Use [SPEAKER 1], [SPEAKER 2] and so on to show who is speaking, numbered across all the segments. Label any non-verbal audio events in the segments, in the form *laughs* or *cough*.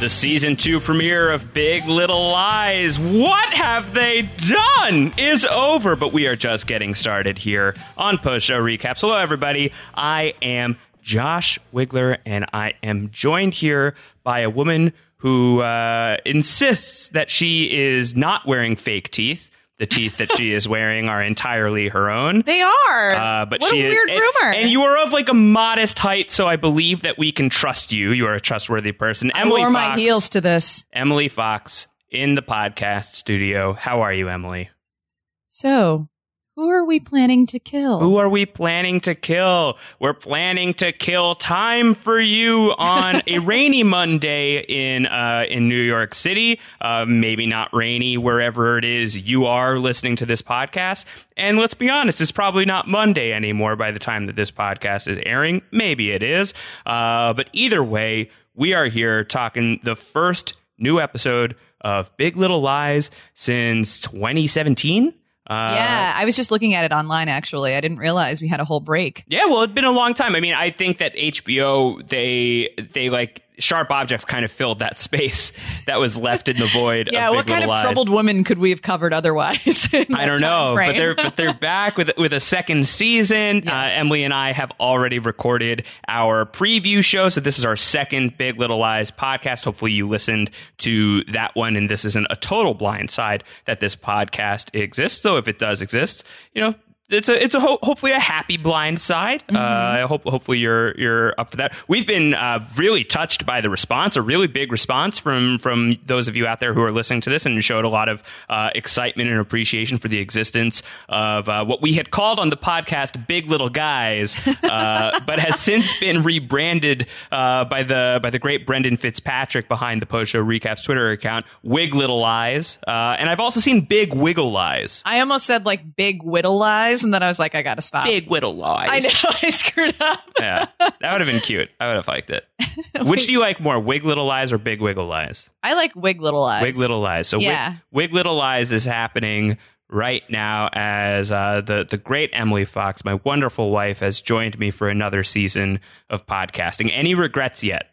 [SPEAKER 1] the season two premiere of Big Little Lies. What have they done? Is over, but we are just getting started here on Post Show Recaps. Hello, everybody. I am Josh Wiggler, and I am joined here by a woman who uh, insists that she is not wearing fake teeth. The teeth that she is wearing are entirely her own.
[SPEAKER 2] They are.
[SPEAKER 1] Uh, but
[SPEAKER 2] what
[SPEAKER 1] she
[SPEAKER 2] a
[SPEAKER 1] is-
[SPEAKER 2] weird
[SPEAKER 1] and,
[SPEAKER 2] rumor.
[SPEAKER 1] And you are of like a modest height, so I believe that we can trust you. You are a trustworthy person.
[SPEAKER 2] I
[SPEAKER 1] Emily
[SPEAKER 2] wore my
[SPEAKER 1] Fox,
[SPEAKER 2] heels to this.
[SPEAKER 1] Emily Fox in the podcast studio. How are you, Emily?
[SPEAKER 2] So, who are we planning to kill?
[SPEAKER 1] Who are we planning to kill? We're planning to kill time for you on a rainy Monday in uh, in New York City. Uh, maybe not rainy wherever it is you are listening to this podcast. And let's be honest, it's probably not Monday anymore by the time that this podcast is airing. Maybe it is, uh, but either way, we are here talking the first new episode of Big Little Lies since 2017. Uh,
[SPEAKER 2] yeah, I was just looking at it online. Actually, I didn't realize we had a whole break.
[SPEAKER 1] yeah, well, it's been a long time. I mean, I think that HBO they they like sharp objects kind of filled that *laughs* space that was left in the void.
[SPEAKER 2] *laughs* Yeah,
[SPEAKER 1] of Big
[SPEAKER 2] what kind of
[SPEAKER 1] Little Lies.
[SPEAKER 2] troubled woman could we have covered otherwise? *laughs* in
[SPEAKER 1] I
[SPEAKER 2] that
[SPEAKER 1] don't know,
[SPEAKER 2] time frame?
[SPEAKER 1] but they're but they're back with with a second season. Uh, Emily and I have already recorded our preview show, so this is our second Big Little Lies podcast. Hopefully, you listened to that one, and this isn't a total blindside that this podcast exists. Though, if it does exist, you know. It's a it's a ho- hopefully a happy blind side.
[SPEAKER 2] Mm-hmm.
[SPEAKER 1] Uh, I hope hopefully you're you're up for that. We've been uh, really touched by the response, a really big response from from those of you out there who are listening to this and showed a lot of uh, excitement and appreciation for the existence of uh, what we had called on the podcast "Big Little
[SPEAKER 2] *laughs*
[SPEAKER 1] Guys," uh, but has since been rebranded uh, by the by the great Brendan Fitzpatrick behind the post show recaps Twitter account "Wig Little Lies," uh, and I've also seen "Big Wiggle Lies."
[SPEAKER 2] *laughs* I almost said like big whittle lies, and then I was like, I gotta stop.
[SPEAKER 1] Big Whittle Lies.
[SPEAKER 2] I know *laughs* I screwed up.
[SPEAKER 1] yeah, that would have been cute. I would have liked
[SPEAKER 2] *laughs*
[SPEAKER 1] it. Which do you like more, Wig Little Lies or Big Wiggle Lies?
[SPEAKER 2] I like wig little lies.
[SPEAKER 1] Wig Little Lies. So
[SPEAKER 2] Yeah.
[SPEAKER 1] Wig, Wig Little Lies is happening right now as uh, the the great Emily Fox, my wonderful wife, has joined me for another season of podcasting. Any regrets yet?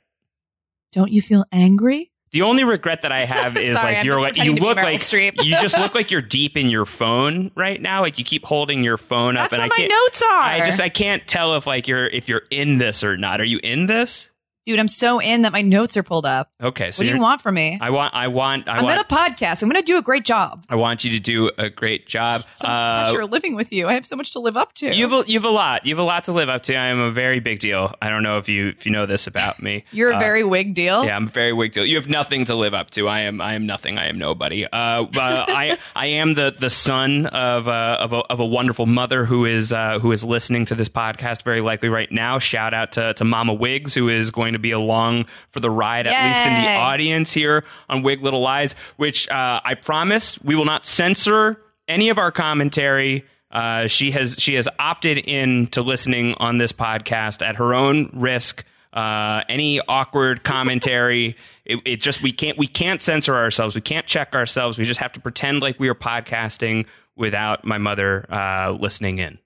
[SPEAKER 2] Don't you feel angry?
[SPEAKER 1] The only regret
[SPEAKER 2] *laughs*
[SPEAKER 1] that I have is
[SPEAKER 2] Sorry,
[SPEAKER 1] like
[SPEAKER 2] I'm
[SPEAKER 1] you're
[SPEAKER 2] just
[SPEAKER 1] like you
[SPEAKER 2] pretending to be
[SPEAKER 1] look
[SPEAKER 2] Meryl
[SPEAKER 1] like
[SPEAKER 2] Streep.
[SPEAKER 1] you just
[SPEAKER 2] *laughs*
[SPEAKER 1] look like you're deep in your phone right now. Like you keep holding your phone up,
[SPEAKER 2] That's
[SPEAKER 1] and
[SPEAKER 2] what
[SPEAKER 1] I
[SPEAKER 2] my
[SPEAKER 1] can't.
[SPEAKER 2] notes are.
[SPEAKER 1] I just I can't tell if like you're if you're in this or not. Are you in this?
[SPEAKER 2] Dude, I'm so in that my notes are pulled up.
[SPEAKER 1] Okay, so
[SPEAKER 2] what do
[SPEAKER 1] you're,
[SPEAKER 2] you want from me?
[SPEAKER 1] I want I want I
[SPEAKER 2] am
[SPEAKER 1] want
[SPEAKER 2] at a podcast. I'm gonna do a great job.
[SPEAKER 1] I want you to do a great job.
[SPEAKER 2] So much
[SPEAKER 1] Uh,
[SPEAKER 2] pressure living with you. I have so much to live up to.
[SPEAKER 1] You've a, you've a lot. You've a lot to live up to. I am a very big deal. I don't know if you if you know this about
[SPEAKER 2] *laughs*
[SPEAKER 1] me.
[SPEAKER 2] You're a
[SPEAKER 1] Uh,
[SPEAKER 2] very wig deal.
[SPEAKER 1] yeah, I'm a very big deal. You have nothing to live up to. I am I am nothing. I am nobody. Uh, but
[SPEAKER 2] *laughs*
[SPEAKER 1] I I am the the son of uh, of a of a wonderful mother who is uh, who is listening to this podcast very likely right now. Shout out to to Mama Wiggs who is going to be along for the ride at least in the
[SPEAKER 2] Yay.
[SPEAKER 1] audience here on Wig Little Lies, which uh, I promise we will not censor any of our commentary. Uh, she has she has opted in to listening on this podcast at her own risk. Uh, any
[SPEAKER 2] *laughs*
[SPEAKER 1] awkward commentary, it, it just we can't we can't censor ourselves. We can't check ourselves. We just have to pretend like we are podcasting without my mother uh, listening in.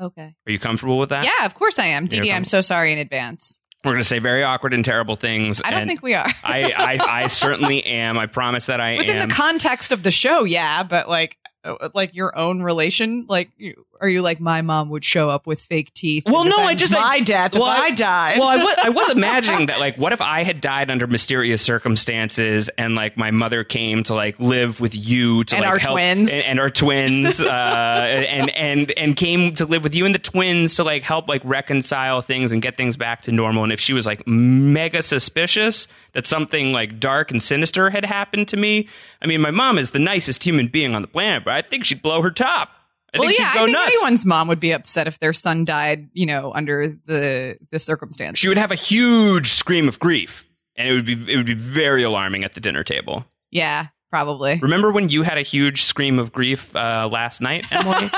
[SPEAKER 2] Okay.
[SPEAKER 1] Are you comfortable with that?
[SPEAKER 2] Yeah, of course I am.
[SPEAKER 1] Here
[SPEAKER 2] DD, I'm
[SPEAKER 1] comes-
[SPEAKER 2] so sorry in advance.
[SPEAKER 1] We're gonna say very awkward and terrible things.
[SPEAKER 2] I don't
[SPEAKER 1] and
[SPEAKER 2] think we are.
[SPEAKER 1] I, I I certainly am. I promise that I
[SPEAKER 2] *laughs* Within
[SPEAKER 1] am.
[SPEAKER 2] the context of the show, yeah, but like uh, like your own relation, like you, are you like my mom would show up with fake teeth?
[SPEAKER 1] Well,
[SPEAKER 2] and
[SPEAKER 1] no, I
[SPEAKER 2] defend
[SPEAKER 1] just-
[SPEAKER 2] my
[SPEAKER 1] I-
[SPEAKER 2] death
[SPEAKER 1] well,
[SPEAKER 2] if
[SPEAKER 1] I-
[SPEAKER 2] I, died.
[SPEAKER 1] Well, I was, I
[SPEAKER 2] *laughs*
[SPEAKER 1] was imagining that, like, what if I had died under mysterious circumstances, and like my mother came to like live with you to
[SPEAKER 2] And
[SPEAKER 1] like
[SPEAKER 2] our
[SPEAKER 1] help
[SPEAKER 2] twins.
[SPEAKER 1] and, and our twins,
[SPEAKER 2] *laughs*
[SPEAKER 1] uh, and and and came to live with you and the twins to like help like reconcile things and get things back to normal. And if she was like mega suspicious that something like dark and sinister had happened to me, I mean, my mom is the nicest human being on the planet, but I think she'd blow her top. I
[SPEAKER 2] Well,
[SPEAKER 1] think
[SPEAKER 2] yeah,
[SPEAKER 1] she'd go
[SPEAKER 2] I think
[SPEAKER 1] nuts.
[SPEAKER 2] anyone's mom would be upset if their son died, you know, under the the circumstance.
[SPEAKER 1] she would have a huge scream of grief and it would be it would be very alarming at the dinner table
[SPEAKER 2] Yeah, probably.
[SPEAKER 1] remember when you had a huge scream of grief uh, last night emily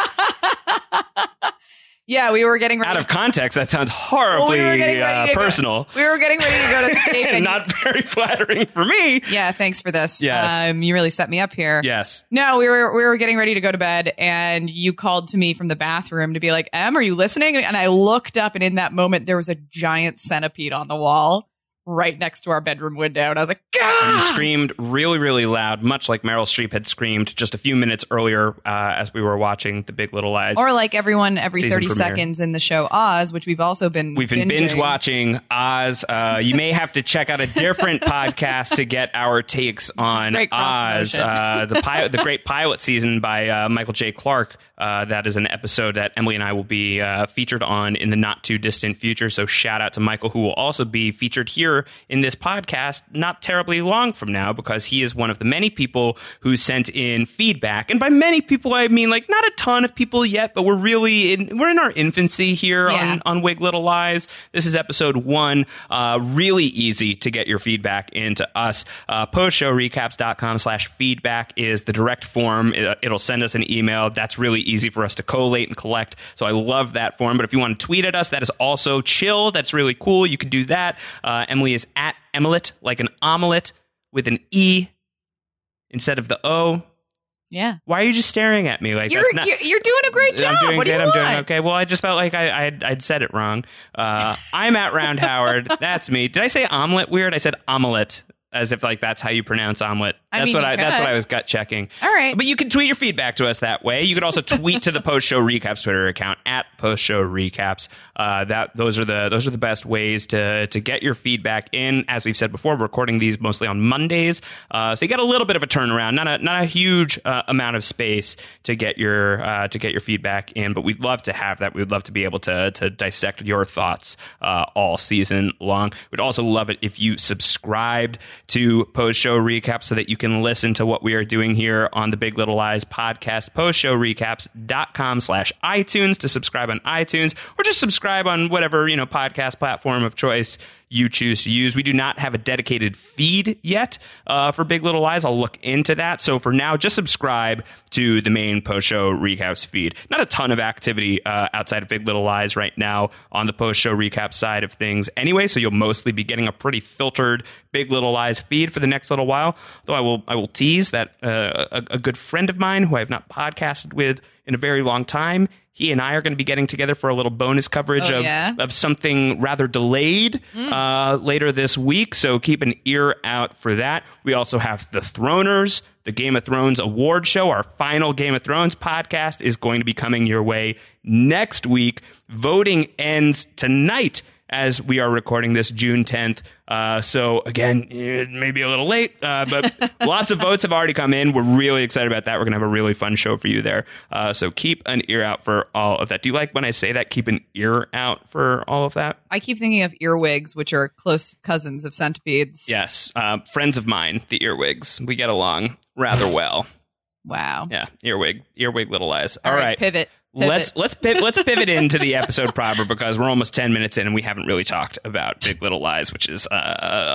[SPEAKER 2] Yeah, we were getting
[SPEAKER 1] out
[SPEAKER 2] ready.
[SPEAKER 1] of context that sounds horribly
[SPEAKER 2] Well, we were getting
[SPEAKER 1] uh,
[SPEAKER 2] ready to go-
[SPEAKER 1] personal
[SPEAKER 2] we were getting ready
[SPEAKER 1] *laughs*
[SPEAKER 2] to go to escape,
[SPEAKER 1] and
[SPEAKER 2] and
[SPEAKER 1] not very *laughs* flattering for me
[SPEAKER 2] yeah, thanks for this.
[SPEAKER 1] Yes.
[SPEAKER 2] um, you really set me up here.
[SPEAKER 1] yes
[SPEAKER 2] No, we were we were getting ready to go to bed, and you called to me from the bathroom to be like, "Em, are you listening?" And I looked up, and in that moment, there was a giant centipede on the wall, right next to our bedroom window. And I was like,
[SPEAKER 1] And he
[SPEAKER 2] God!
[SPEAKER 1] screamed really, really loud, much like Meryl Streep had screamed just a few minutes earlier uh, as we were watching The Big Little Lies.
[SPEAKER 2] Or like everyone every
[SPEAKER 1] Season
[SPEAKER 2] 30
[SPEAKER 1] premiere.
[SPEAKER 2] seconds in the show Oz, which we've also been
[SPEAKER 1] We've been
[SPEAKER 2] binging.
[SPEAKER 1] binge watching Oz. Uh, you may have to check out a
[SPEAKER 2] *laughs*
[SPEAKER 1] different podcast to get our takes on
[SPEAKER 2] great
[SPEAKER 1] Oz,
[SPEAKER 2] cross-promotion.
[SPEAKER 1] uh,
[SPEAKER 2] *laughs*
[SPEAKER 1] the pilot, the great pilot season by uh, Michael J. Clark. Uh, that is an episode that Emily and I will be uh, featured on in the not too distant future. So shout out to Michael, who will also be featured here in this podcast not terribly long from now, because he is one of the many people who sent in feedback. And by many people, I mean like not a ton of people yet, but we're really in we're in our infancy here
[SPEAKER 2] Yeah.
[SPEAKER 1] on on Wig Little Lies. This is episode one. Uh, really easy to get your feedback into us. Uh, postshowrecaps.com slash feedback is the direct form. It, uh, it'll send us an email. That's really easy for us to collate and collect. So I love that form. But if you want to tweet at us, that is also chill. That's really cool. You can do that. Uh, Emily is at Emelet, like an omelet with an E instead of the O.
[SPEAKER 2] Yeah.
[SPEAKER 1] Why are you just staring at me like
[SPEAKER 2] You're,
[SPEAKER 1] that's not?
[SPEAKER 2] you're, you're doing a great job.
[SPEAKER 1] I'm doing
[SPEAKER 2] what do
[SPEAKER 1] good.
[SPEAKER 2] you
[SPEAKER 1] I'm
[SPEAKER 2] want?
[SPEAKER 1] doing okay. Well, I just felt like I, I'd, I'd said it wrong. Uh, I'm at Round
[SPEAKER 2] *laughs*
[SPEAKER 1] Howard. That's me. Did I say omelet weird? I said omelet as if like that's how you pronounce omelet.
[SPEAKER 2] I
[SPEAKER 1] That's
[SPEAKER 2] mean,
[SPEAKER 1] what
[SPEAKER 2] you
[SPEAKER 1] I. That's
[SPEAKER 2] could.
[SPEAKER 1] what I was gut checking.
[SPEAKER 2] All right.
[SPEAKER 1] But you can tweet your feedback to us that way. You can also tweet to the post show recaps Twitter account at post show recaps. Uh, that those are the those are the best ways to to get your feedback in. As we've said before, we're recording these mostly on Mondays, uh, so you got a little bit of a turnaround, not a not a huge uh, amount of space to get your uh, to get your feedback in. But we'd love to have that. We'd love to be able to to dissect your thoughts uh, all season long. We'd also love it if you subscribed to post show recaps so that you can listen to what we are doing here on the Big Little Lies podcast. Postshowrecaps.com slash iTunes to subscribe on iTunes or just subscribe on whatever, you know, podcast platform of choice you choose to use. We do not have a dedicated feed yet uh, for Big Little Lies. I'll look into that. So for now, just subscribe to the main post show recaps feed. Not a ton of activity uh, outside of Big Little Lies right now on the post show recap side of things anyway. So you'll mostly be getting a pretty filtered Big Little Lies feed for the next little while. Though I will, I will tease that uh, a, a good friend of mine who I have not podcasted with in a very long time. He and I are going to be getting together for a little bonus coverage
[SPEAKER 2] Oh,
[SPEAKER 1] of
[SPEAKER 2] yeah?
[SPEAKER 1] of something rather delayed uh, later this week. So keep an ear out for that. We also have The Throners, the Game of Thrones award show. Our final Game of Thrones podcast is going to be coming your way next week. Voting ends tonight as we are recording this June 10th. Uh, so again, it may be a little late, uh, but lots of votes have already come in. We're really excited about that. We're going to have a really fun show for you there. Uh, so keep an ear out for all of that. Do you like when I say that? Keep an ear out for all of that?
[SPEAKER 2] I keep thinking of earwigs, which are close cousins of centipedes.
[SPEAKER 1] Yes. Uh, friends of mine, the earwigs, we get along *laughs* rather well.
[SPEAKER 2] Wow.
[SPEAKER 1] Yeah. Earwig, earwig, little eyes. All right.
[SPEAKER 2] Pivot. pivot.
[SPEAKER 1] Let's let's pivot, let's pivot into the episode proper because we're almost ten minutes in and we haven't really talked about Big Little Lies, which is uh,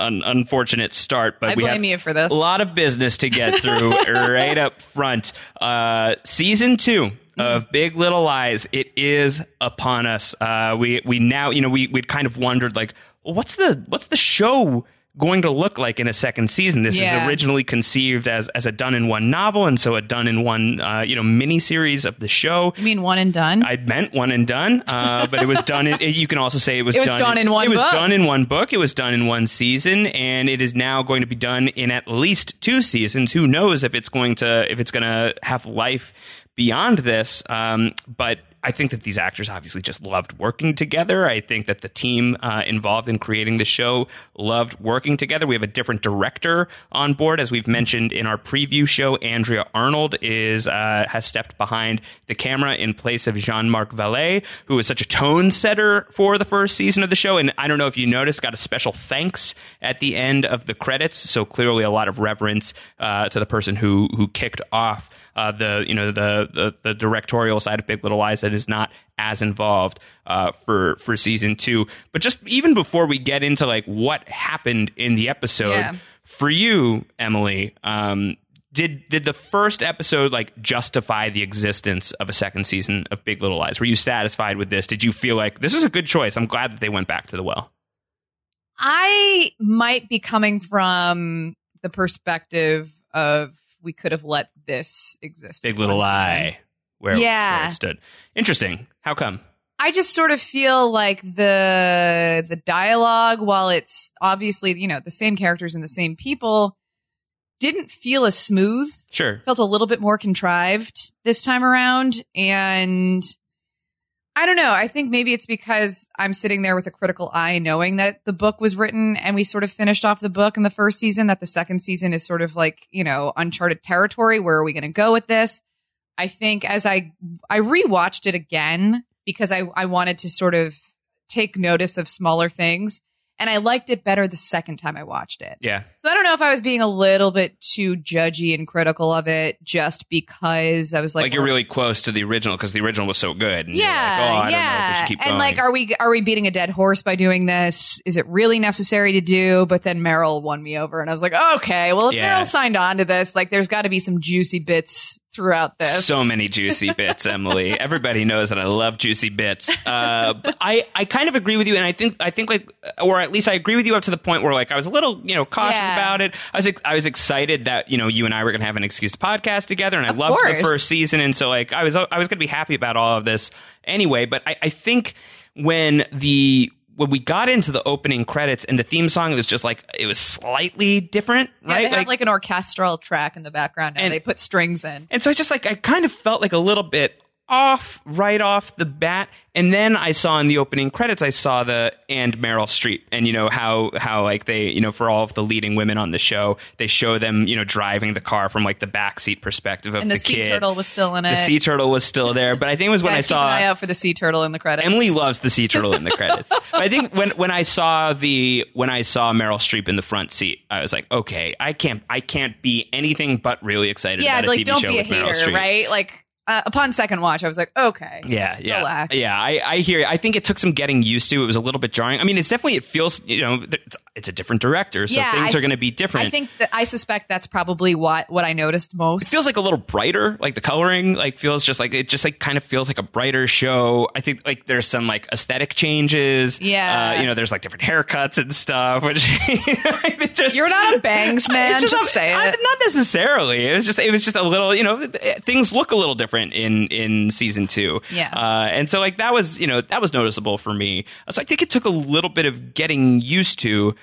[SPEAKER 1] an unfortunate start. But
[SPEAKER 2] I
[SPEAKER 1] we have
[SPEAKER 2] blame you for this.
[SPEAKER 1] a lot of business to get
[SPEAKER 2] *laughs*
[SPEAKER 1] through right up front. Uh, season two of
[SPEAKER 2] Mm.
[SPEAKER 1] Big Little Lies, it is upon us. Uh, we we now you know we we'd kind of wondered like what's the what's the show going to look like in a second season? This
[SPEAKER 2] Yeah.
[SPEAKER 1] is originally conceived as as a done in one novel, and so a done in one uh, you know miniseries of the show.
[SPEAKER 2] You mean one and done?
[SPEAKER 1] I meant one and done, uh, but it was done. In, you can also say it was,
[SPEAKER 2] It was done in one
[SPEAKER 1] It was
[SPEAKER 2] book.
[SPEAKER 1] done in one book. It was done in one season, and it is now going to be done in at least two seasons. Who knows if it's going to if it's going to have life beyond this? Um, but I think that these actors obviously just loved working together. I think that the team uh, involved in creating the show loved working together. We have a different director on board, as we've mentioned in our preview show. Andrea Arnold is uh, has stepped behind the camera in place of Jean Marc Vallée, who was such a tone setter for the first season of the show. And I don't know if you noticed, got a special thanks at the end of the credits. So clearly, a lot of reverence uh, to the person who who kicked off uh, the you know the, the the directorial side of Big Little Lies that is not as involved uh, for for season two. But just even before we get into like what happened in the episode
[SPEAKER 2] Yeah.
[SPEAKER 1] for you, Emily, um, did did the first episode like justify the existence of a second season of Big Little Lies? Were you satisfied with this? Did you feel like this was a good choice? I'm glad that they went back to the well.
[SPEAKER 2] I might be coming from the perspective of we could have let this exist.
[SPEAKER 1] Big
[SPEAKER 2] as
[SPEAKER 1] Little
[SPEAKER 2] one season.
[SPEAKER 1] Lie, where,
[SPEAKER 2] Yeah.
[SPEAKER 1] where it stood. Interesting. How come?
[SPEAKER 2] I just sort of feel like the the dialogue, while it's obviously you know the same characters and the same people, didn't feel as smooth.
[SPEAKER 1] Sure.
[SPEAKER 2] Felt a little bit more contrived this time around, and I don't know. I think maybe it's because I'm sitting there with a critical eye, knowing that the book was written and we sort of finished off the book in the first season. That the second season is sort of like you know uncharted territory. Where are we going to go with this? I think as I I rewatched it again because I I wanted to sort of take notice of smaller things and I liked it better the second time I watched it.
[SPEAKER 1] Yeah.
[SPEAKER 2] So I don't know if I was being a little bit too judgy and critical of it just because I was
[SPEAKER 1] Like,
[SPEAKER 2] like,
[SPEAKER 1] you're
[SPEAKER 2] well,
[SPEAKER 1] really close to the original because the original was so good. And you're like,
[SPEAKER 2] yeah,
[SPEAKER 1] oh, I Don't
[SPEAKER 2] yeah.
[SPEAKER 1] know if we should keep going.
[SPEAKER 2] and like, are we are we beating a dead horse by doing this? Is it really necessary to do? But then Meryl won me over, and I was like, okay, well, if
[SPEAKER 1] Yeah.
[SPEAKER 2] Meryl signed on to this, like, there's got to be some juicy bits throughout this.
[SPEAKER 1] So many
[SPEAKER 2] *laughs*
[SPEAKER 1] juicy bits, Emily. Everybody knows that I love juicy bits. Uh, but I, I kind of agree with you, and I think I think like, or at least I agree with you up to the point where like I was a little you know cautious
[SPEAKER 2] Yeah.
[SPEAKER 1] about it. I was ex- I was excited that you know you and I were going to have an excuse to podcast together, and I
[SPEAKER 2] Of
[SPEAKER 1] loved the
[SPEAKER 2] course.
[SPEAKER 1] first season, and so like I was I was going to be happy about all of this anyway. But I, I think when the when we got into the opening credits and the theme song was just like it was slightly different,
[SPEAKER 2] yeah,
[SPEAKER 1] right?
[SPEAKER 2] they have like an orchestral track in the background, now.
[SPEAKER 1] And-
[SPEAKER 2] they put strings in.
[SPEAKER 1] And so I just like I kind of felt like a little bit off right off the bat. And then I saw in the opening credits I saw the and Meryl Streep and you know how how like they you know for all of the leading women on the show they show them you know driving the car from like the backseat perspective of
[SPEAKER 2] and the, sea
[SPEAKER 1] kid.
[SPEAKER 2] turtle was still in it.
[SPEAKER 1] the sea turtle was
[SPEAKER 2] *laughs*
[SPEAKER 1] still there, but I think it was when
[SPEAKER 2] Yeah,
[SPEAKER 1] I
[SPEAKER 2] keep an
[SPEAKER 1] saw
[SPEAKER 2] eye out for the sea turtle in the credits.
[SPEAKER 1] Emily loves the sea turtle in the
[SPEAKER 2] *laughs*
[SPEAKER 1] credits. But I think when when I saw the when I saw Meryl Streep in the front seat, I was like, okay, I can't I can't be anything but really excited
[SPEAKER 2] yeah,
[SPEAKER 1] about
[SPEAKER 2] like
[SPEAKER 1] a TV
[SPEAKER 2] don't
[SPEAKER 1] show
[SPEAKER 2] be a
[SPEAKER 1] with Meryl
[SPEAKER 2] hater,
[SPEAKER 1] Streep.
[SPEAKER 2] right? Like uh, upon second watch, I was like, okay,
[SPEAKER 1] Yeah, yeah,
[SPEAKER 2] Relax.
[SPEAKER 1] yeah. I, I hear. you. I think it took some getting used to. It was a little bit jarring. I mean, it's definitely it feels you know th- it's, it's a different director, so
[SPEAKER 2] Yeah,
[SPEAKER 1] things
[SPEAKER 2] I-
[SPEAKER 1] are going to be different.
[SPEAKER 2] I think that I suspect that's probably what what I noticed
[SPEAKER 1] it
[SPEAKER 2] most.
[SPEAKER 1] feels like a little brighter. Like the coloring, like feels just like it just like kind of feels like a brighter show. I think like there's some like aesthetic changes.
[SPEAKER 2] Yeah.
[SPEAKER 1] uh, you know, there's like different haircuts and stuff, which *laughs* it just,
[SPEAKER 2] You're not a bangs
[SPEAKER 1] *laughs*
[SPEAKER 2] man.
[SPEAKER 1] It's
[SPEAKER 2] just
[SPEAKER 1] a-
[SPEAKER 2] say
[SPEAKER 1] I-
[SPEAKER 2] it.
[SPEAKER 1] Not necessarily. It was just it was just a little. You know, th- th- things look a little different in in season two.
[SPEAKER 2] Yeah.
[SPEAKER 1] Uh, and so like that was you know that was noticeable for me. So I think it took a little bit of getting used to.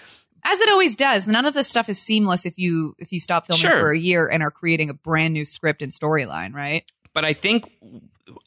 [SPEAKER 2] As it always does. None of this stuff is seamless if you if you stop filming
[SPEAKER 1] Sure.
[SPEAKER 2] for a year and are creating a brand new script and storyline, right?
[SPEAKER 1] But I think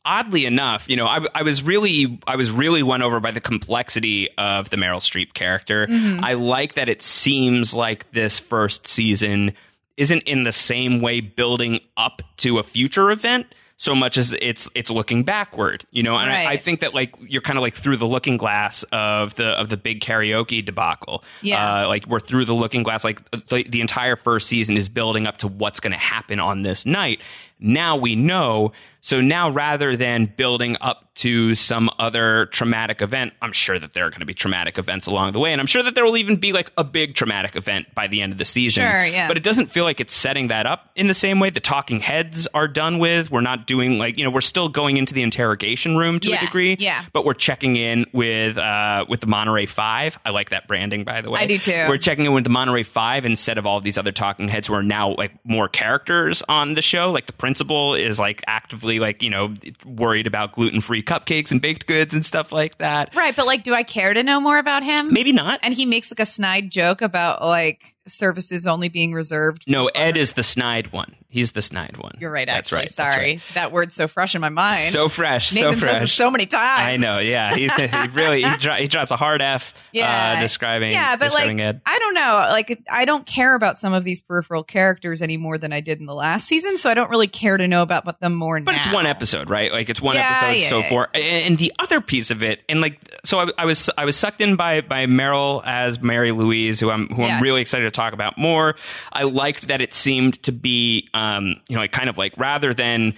[SPEAKER 1] oddly enough, you know, I, I was really I was really won over by the complexity of the Meryl Streep character. I like that it seems like this first season isn't in the same way building up to a future event so much as it's it's looking backward, you know. And I, I
[SPEAKER 2] Right.
[SPEAKER 1] think that like you're kind of like through the looking glass of the of the big karaoke debacle.
[SPEAKER 2] Yeah.
[SPEAKER 1] Uh, like we're through the looking glass. Like the, the entire first season is building up to what's going to happen on this night. Now we know. So now rather than building up to some other traumatic event, I'm sure that there are going to be traumatic events along the way, and I'm sure that there will even be like a big traumatic event by the end of the season.
[SPEAKER 2] Sure, yeah.
[SPEAKER 1] But it doesn't feel like it's setting that up in the same way. The talking heads are done with. We're not doing like you know we're still going into the interrogation room to a
[SPEAKER 2] Yeah,
[SPEAKER 1] degree.
[SPEAKER 2] yeah.
[SPEAKER 1] But we're checking in with uh, with the Monterey Five. I like that branding by the way.
[SPEAKER 2] I do, too.
[SPEAKER 1] We're checking in with the Monterey Five instead of all these other talking heads who are now like more characters on the show. Like the principal is like actively like you know worried about gluten free cupcakes and baked goods and stuff like that.
[SPEAKER 2] Right, but like do I care to know more about him?
[SPEAKER 1] Maybe not.
[SPEAKER 2] And he makes like a snide joke about like services only being reserved.
[SPEAKER 1] no, Ed is the snide one. He's the snide one.
[SPEAKER 2] You're right,
[SPEAKER 1] That's
[SPEAKER 2] actually.
[SPEAKER 1] right. That's
[SPEAKER 2] Sorry.
[SPEAKER 1] right.
[SPEAKER 2] That word's so fresh in my mind.
[SPEAKER 1] So fresh.
[SPEAKER 2] Nathan
[SPEAKER 1] so
[SPEAKER 2] says it
[SPEAKER 1] fresh.
[SPEAKER 2] so many times.
[SPEAKER 1] I know. Yeah, he, *laughs* he really he, dro- he drops a hard F.
[SPEAKER 2] Yeah.
[SPEAKER 1] uh, describing.
[SPEAKER 2] yeah, but like
[SPEAKER 1] describing Ed.
[SPEAKER 2] I don't know, like I don't care about some of these peripheral characters any more than I did in the last season, so I don't really care to know about but them more
[SPEAKER 1] But
[SPEAKER 2] now.
[SPEAKER 1] it's one episode, right? Like it's one
[SPEAKER 2] Yeah,
[SPEAKER 1] episode
[SPEAKER 2] yeah,
[SPEAKER 1] so
[SPEAKER 2] yeah.
[SPEAKER 1] far. And, and the other piece of it, and like so, I, I was I was sucked in by by Meryl as Mary Louise, who I'm who
[SPEAKER 2] Yeah.
[SPEAKER 1] I'm really excited to talk about more. I liked that it seemed to be, um, you know, like kind of like rather than.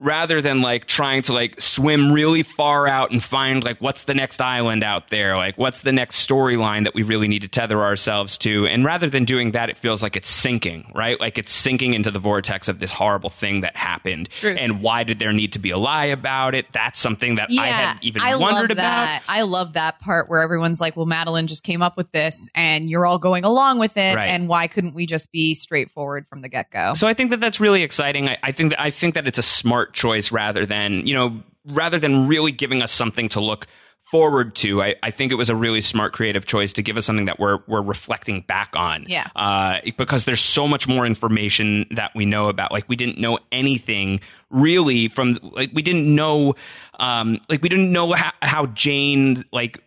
[SPEAKER 1] Rather than like trying to like swim really far out and find like what's the next island out there, like what's the next storyline that we really need to tether ourselves to, and rather than doing that, it feels like it's sinking, right? Like it's sinking into the vortex of this horrible thing that happened,
[SPEAKER 2] True.
[SPEAKER 1] and why did there need to be a lie about it? That's something that I hadn't even
[SPEAKER 2] I
[SPEAKER 1] wondered
[SPEAKER 2] love
[SPEAKER 1] about.
[SPEAKER 2] that. I love that part where everyone's like, "Well, Madeline just came up with this, and you're all going along with it,
[SPEAKER 1] Right.
[SPEAKER 2] and why couldn't we just be straightforward from the get go?"
[SPEAKER 1] So I think that that's really exciting. I, I think that I think that it's a smart choice rather than you know rather than really giving us something to look forward to, I, I think it was a really smart creative choice to give us something that we're we're reflecting back on.
[SPEAKER 2] Yeah.
[SPEAKER 1] Uh, because there's so much more information that we know about. Like we didn't know anything really from like we didn't know um like we didn't know how, how Jane like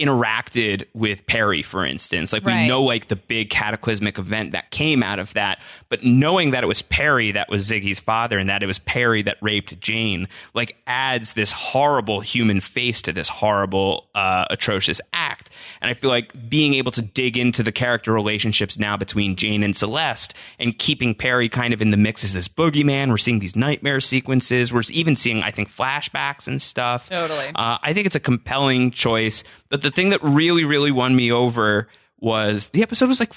[SPEAKER 1] interacted with Perry, for instance. Like we
[SPEAKER 2] Right.
[SPEAKER 1] know like the big cataclysmic event that came out of that, but knowing that it was Perry that was Ziggy's father and that it was Perry that raped Jane, like adds this horrible human face to this horrible, uh, atrocious act. And I feel like being able to dig into the character relationships now between Jane and Celeste and keeping Perry kind of in the mix as this boogeyman. We're seeing these nightmare sequences. We're even seeing, I think, flashbacks and stuff.
[SPEAKER 2] Totally.
[SPEAKER 1] Uh, I think it's a compelling choice. But the thing that really, really won me over was the episode was like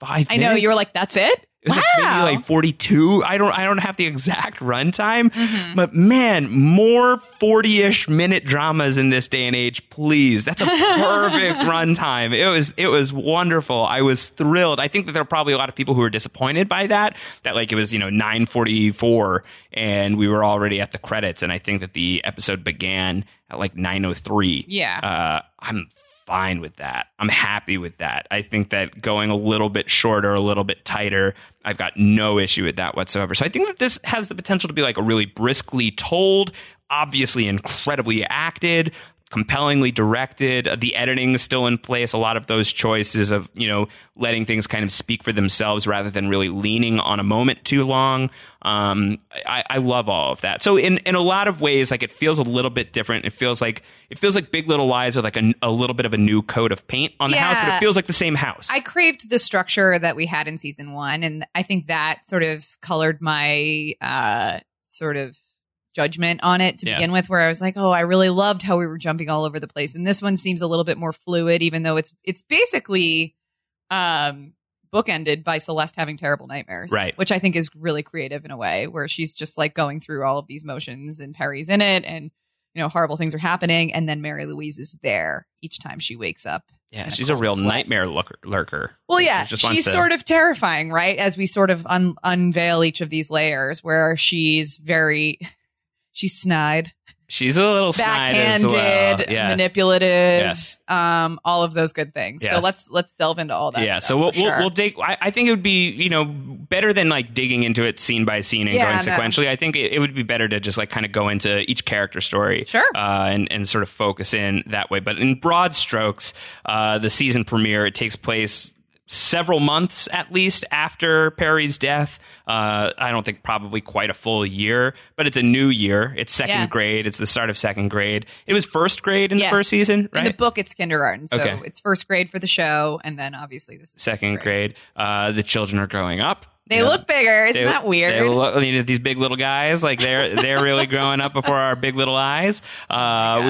[SPEAKER 1] 45
[SPEAKER 3] I know you were
[SPEAKER 1] minutes.
[SPEAKER 3] like, that's it.
[SPEAKER 1] It was
[SPEAKER 3] wow.
[SPEAKER 1] like maybe like 42. I don't I don't have the exact runtime, but man, more 40-ish minute dramas in this day and age, please. That's a perfect runtime. It was it was wonderful. I was thrilled. I think that there are probably a lot of people who were disappointed by that that like it was, you know, 9:44 and we were already at the credits and I think that the episode began at like 9:03
[SPEAKER 2] Yeah.
[SPEAKER 1] uh, I'm fine with that. I'm happy with that. I think that going a little bit shorter, a little bit tighter, I've got no issue with that whatsoever. So I think that this has the potential to be like a really briskly told, obviously incredibly acted, compellingly directed. Uh, The editing is still in place. A lot of those choices of, you know, letting things kind of speak for themselves rather than really leaning on a moment too long. Um, I, I love all of that. So in, in a lot of ways, like it feels a little bit different. It feels like, it feels like Big Little Lies with like a, a little bit of a new coat of paint on the house, but it
[SPEAKER 2] Yeah.
[SPEAKER 1] feels like the same house.
[SPEAKER 2] I craved the structure that we had in season one, and I think that sort of colored my uh, sort of judgment on it to
[SPEAKER 1] Yeah.
[SPEAKER 2] begin with, where I was like, "Oh, I really loved how we were jumping all over the place," and this one seems a little bit more fluid, even though it's it's basically um, bookended by Celeste having terrible nightmares,
[SPEAKER 1] Right.
[SPEAKER 2] Which I think is really creative in a way, where she's just like going through all of these motions, and Perry's in it, and you know horrible things are happening, and then Mary Louise is there each time she wakes up.
[SPEAKER 1] yeah,
[SPEAKER 2] and a
[SPEAKER 1] she's a
[SPEAKER 2] cold
[SPEAKER 1] real
[SPEAKER 2] sweat.
[SPEAKER 1] nightmare lurker. lurker.
[SPEAKER 2] Well,
[SPEAKER 1] She
[SPEAKER 2] yeah,
[SPEAKER 1] just wants
[SPEAKER 2] she's
[SPEAKER 1] to-
[SPEAKER 2] sort of terrifying, right? As we sort of un- unveil each of these layers, where she's very, *laughs* she's snide,
[SPEAKER 1] She's a little snide as
[SPEAKER 2] backhanded,
[SPEAKER 1] well. Yes.
[SPEAKER 2] manipulative,
[SPEAKER 1] Yes.
[SPEAKER 2] um, all of those good things. So
[SPEAKER 1] Yes.
[SPEAKER 2] let's let's delve into all that.
[SPEAKER 1] yeah,
[SPEAKER 2] stuff
[SPEAKER 1] so we'll,
[SPEAKER 2] for sure.
[SPEAKER 1] we'll we'll dig. I, I think it would be you know better than like digging into it scene by scene and
[SPEAKER 2] Yeah,
[SPEAKER 1] going
[SPEAKER 2] no.
[SPEAKER 1] sequentially. I think it, it would be better to just like kind of go into each character story,
[SPEAKER 2] Sure.
[SPEAKER 1] uh, and and sort of focus in that way. But in broad strokes, uh, the season premiere it takes place. Several months at least after Perry's death. Uh, I don't think probably quite a full year, but it's a new year. It's second
[SPEAKER 2] Yeah.
[SPEAKER 1] grade. It's the start of second grade. It was first grade in
[SPEAKER 2] Yes.
[SPEAKER 1] the first season, right?
[SPEAKER 2] in the book it's kindergarten, so
[SPEAKER 1] Okay.
[SPEAKER 2] it's first grade for the show, and then obviously this is
[SPEAKER 1] second grade. Uh, the children are growing up.
[SPEAKER 2] They
[SPEAKER 1] You know,
[SPEAKER 2] look bigger. Isn't
[SPEAKER 1] they-
[SPEAKER 2] that weird?
[SPEAKER 1] They look, you know, these big little guys, like they're they're really growing up before our big little
[SPEAKER 2] *laughs*
[SPEAKER 1] eyes. Uh,
[SPEAKER 2] Oh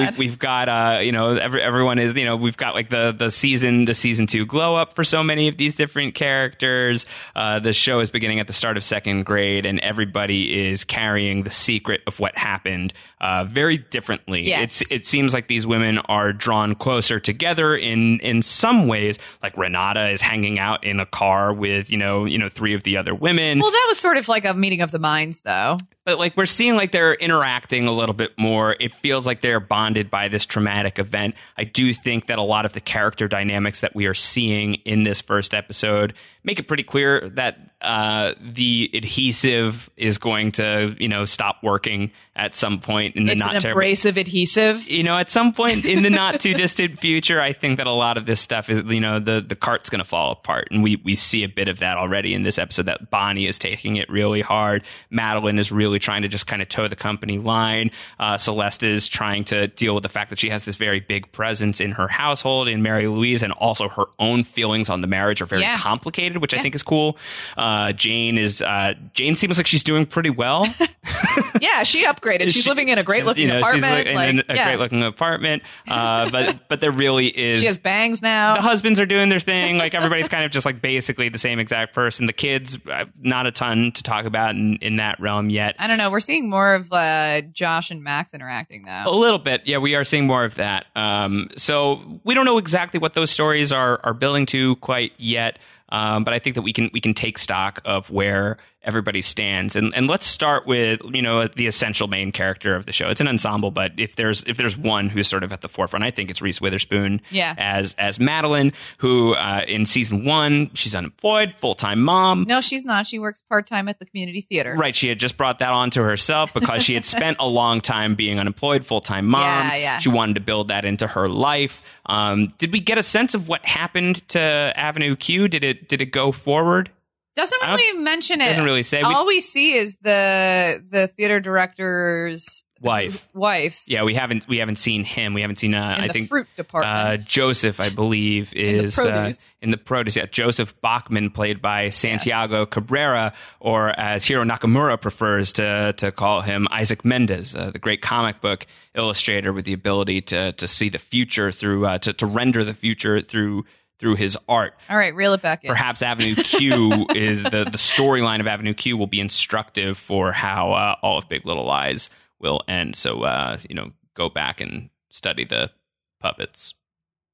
[SPEAKER 2] God.
[SPEAKER 1] we, we've got uh, you know, every, everyone is you know, we've got like the the season the season two glow up for so many of these different characters. Uh, the show is beginning at the start of second grade, and everybody is carrying the secret of what happened uh, very differently.
[SPEAKER 2] Yes.
[SPEAKER 1] It's it seems like these women are drawn closer together in in some ways. Like Renata is hanging out in a car with you know you know three of the other women
[SPEAKER 2] well, that was sort of like a meeting of the minds, though.
[SPEAKER 1] but like we're seeing like they're interacting a little bit more it feels like they're bonded by this traumatic event i do think that a lot of the character dynamics that we are seeing in this first episode make it pretty clear that uh, the adhesive is going to you know stop working at some point in the
[SPEAKER 2] It's
[SPEAKER 1] not
[SPEAKER 2] an
[SPEAKER 1] terrible *laughs*
[SPEAKER 2] abrasive adhesive.
[SPEAKER 1] you know, at some point in the not too distant future, I think that a lot of this stuff is, you know, the, the cart's going to fall apart. And we, we see a bit of that already in this episode that Bonnie is taking it really hard. Madeline is really trying to just kind of toe the company line. Uh, Celeste is trying to deal with the fact that she has this very big presence in her household, in Mary Louise, and also her own feelings on the marriage are very
[SPEAKER 2] Yeah.
[SPEAKER 1] complicated, which I think is cool. Uh, Jane is, uh, Jane seems like she's doing pretty
[SPEAKER 2] *laughs*
[SPEAKER 1] well.
[SPEAKER 2] yeah, she upgraded. She's
[SPEAKER 1] She-
[SPEAKER 2] living in a great
[SPEAKER 1] she's,
[SPEAKER 2] looking
[SPEAKER 1] you know, she's
[SPEAKER 2] apartment.
[SPEAKER 1] li-
[SPEAKER 2] like,
[SPEAKER 1] in a
[SPEAKER 2] yeah.
[SPEAKER 1] great looking apartment. Uh,
[SPEAKER 2] *laughs*
[SPEAKER 1] but but there really is.
[SPEAKER 2] she has bangs now.
[SPEAKER 1] the husbands are doing their thing. Like everybody's kind of just like basically the same exact person. The kids, uh, not a ton to talk about in, in that realm yet.
[SPEAKER 2] I don't know. We're seeing more of uh, Josh and Max interacting though.
[SPEAKER 1] A little bit, yeah. We are seeing more of that. Um, so we don't know exactly what those stories are are building to quite yet. Um, but I think that we can we can take stock of where everybody stands. And and let's start with you know the essential main character of the show. It's an ensemble, but if there's if there's one who's sort of at the forefront, I think it's Reese Witherspoon.
[SPEAKER 2] Yeah.
[SPEAKER 1] As as Madeline, who uh, in season one she's unemployed, full time mom.
[SPEAKER 2] No, she's not. She works part time at the community theater.
[SPEAKER 1] Right, she had just brought that on to herself because she had spent a long time being unemployed, full time mom.
[SPEAKER 2] Yeah, yeah.
[SPEAKER 1] She wanted to build that into her life. Um, did we get a sense of what happened to Avenue Q? Did it did it go forward?
[SPEAKER 2] Doesn't
[SPEAKER 1] I don't-
[SPEAKER 2] really mention it.
[SPEAKER 1] Doesn't really say. We-
[SPEAKER 2] All we see is the the theater director's
[SPEAKER 1] wife.
[SPEAKER 2] wife
[SPEAKER 1] Yeah, we haven't we haven't seen him. We haven't seen. Uh,
[SPEAKER 2] in
[SPEAKER 1] I
[SPEAKER 2] the
[SPEAKER 1] think
[SPEAKER 2] fruit
[SPEAKER 1] uh,
[SPEAKER 2] department.
[SPEAKER 1] Joseph, I believe,
[SPEAKER 2] In the
[SPEAKER 1] is
[SPEAKER 2] produce.
[SPEAKER 1] Uh, in the produce. Yeah, Joseph Bachman, played by Santiago Cabrera, or as Hiro Nakamura prefers to to call him, Isaac Mendez, uh, the great comic book illustrator with the ability to to see the future through uh, to to render the future through through his art.
[SPEAKER 2] All right, reel it back in.
[SPEAKER 1] Perhaps Avenue
[SPEAKER 2] *laughs*
[SPEAKER 1] Q is the the storyline of Avenue Q will be instructive for how uh, all of Big Little Lies will end. So uh, you know, go back and study the puppets.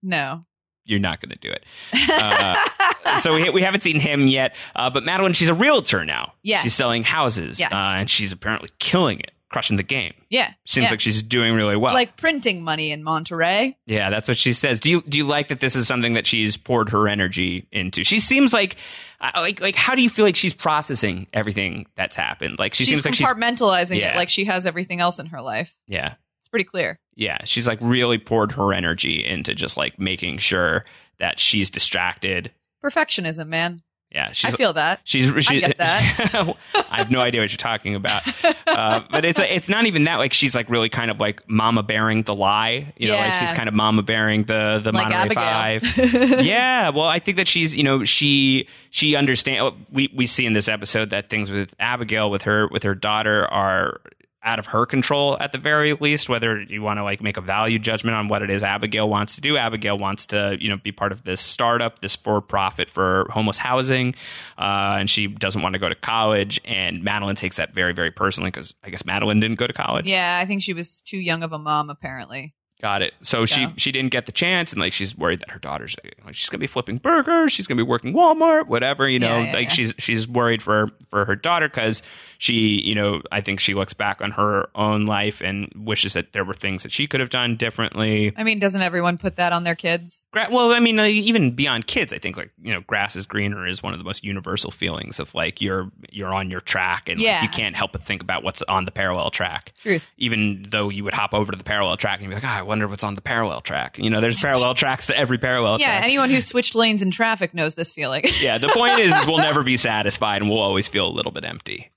[SPEAKER 2] No.
[SPEAKER 1] You're not going to do it.
[SPEAKER 2] *laughs*
[SPEAKER 1] Uh, so we, we haven't seen him yet, uh, but Madeline, she's a realtor now.
[SPEAKER 2] Yes.
[SPEAKER 1] she's selling houses,
[SPEAKER 2] Yes.
[SPEAKER 1] uh, and she's apparently killing it, crushing the game.
[SPEAKER 2] yeah.
[SPEAKER 1] Seems
[SPEAKER 2] yeah.
[SPEAKER 1] like she's doing really well.
[SPEAKER 2] It's like printing money in Monterey.
[SPEAKER 1] Yeah, that's what she says. Do you do you like that this is something that she's poured her energy into? She seems like I- like like how do you feel like she's processing everything that's happened? Like she
[SPEAKER 2] she's
[SPEAKER 1] seems like she's
[SPEAKER 2] compartmentalizing
[SPEAKER 1] Yeah.
[SPEAKER 2] it like she has everything else in her life.
[SPEAKER 1] yeah.
[SPEAKER 2] It's pretty clear.
[SPEAKER 1] Yeah, she's like really poured her energy into just like making sure that she's distracted.
[SPEAKER 2] Perfectionism, man.
[SPEAKER 1] Yeah, she's
[SPEAKER 2] I feel that.
[SPEAKER 1] She's. She,
[SPEAKER 2] get that.
[SPEAKER 1] *laughs* I have no idea what you're talking about. Uh, but it's it's not even that. Like she's like really kind of like mama bearing the lie. You know, like
[SPEAKER 2] Yeah.
[SPEAKER 1] she's kind of mama bearing the the
[SPEAKER 2] like
[SPEAKER 1] Monterey Five.
[SPEAKER 2] Abigail.
[SPEAKER 1] yeah well i think that she's you know she she understand oh, we we see in this episode that things with abigail with her with her daughter are out of her control at the very least whether you want to like make a value judgment on what it is abigail wants to do abigail wants to you know be part of this startup this for profit for homeless housing uh, and she doesn't want to go to college and madeline takes that very very personally because i guess madeline didn't go to college
[SPEAKER 2] yeah, I think she was too young of a mom, apparently.
[SPEAKER 1] Got it. So she
[SPEAKER 2] Yeah.
[SPEAKER 1] she didn't get the chance, and like she's worried that her daughter's like she's gonna be flipping burgers, she's gonna be working Walmart, whatever. You know,
[SPEAKER 2] Yeah, yeah,
[SPEAKER 1] like
[SPEAKER 2] yeah.
[SPEAKER 1] she's she's worried for for her daughter because she, you know, I think she looks back on her own life and wishes that there were things that she could have done differently.
[SPEAKER 2] I mean, doesn't everyone put that on their kids?
[SPEAKER 1] Gra- well, I mean, like, even beyond kids, I think like you know, grass is greener is one of the most universal feelings of like you're you're on your track and
[SPEAKER 2] Yeah.
[SPEAKER 1] like, you can't help but think about what's on the parallel track
[SPEAKER 2] Truth.
[SPEAKER 1] even though you would hop over to the parallel track and be like, "Ah, I wonder what's on the parallel track. You know, there's parallel tracks to every parallel
[SPEAKER 2] Yeah,
[SPEAKER 1] track.
[SPEAKER 2] anyone who switched lanes in traffic knows this feeling. *laughs*
[SPEAKER 1] yeah, the point is, is we'll never be satisfied and we'll always feel a little bit empty.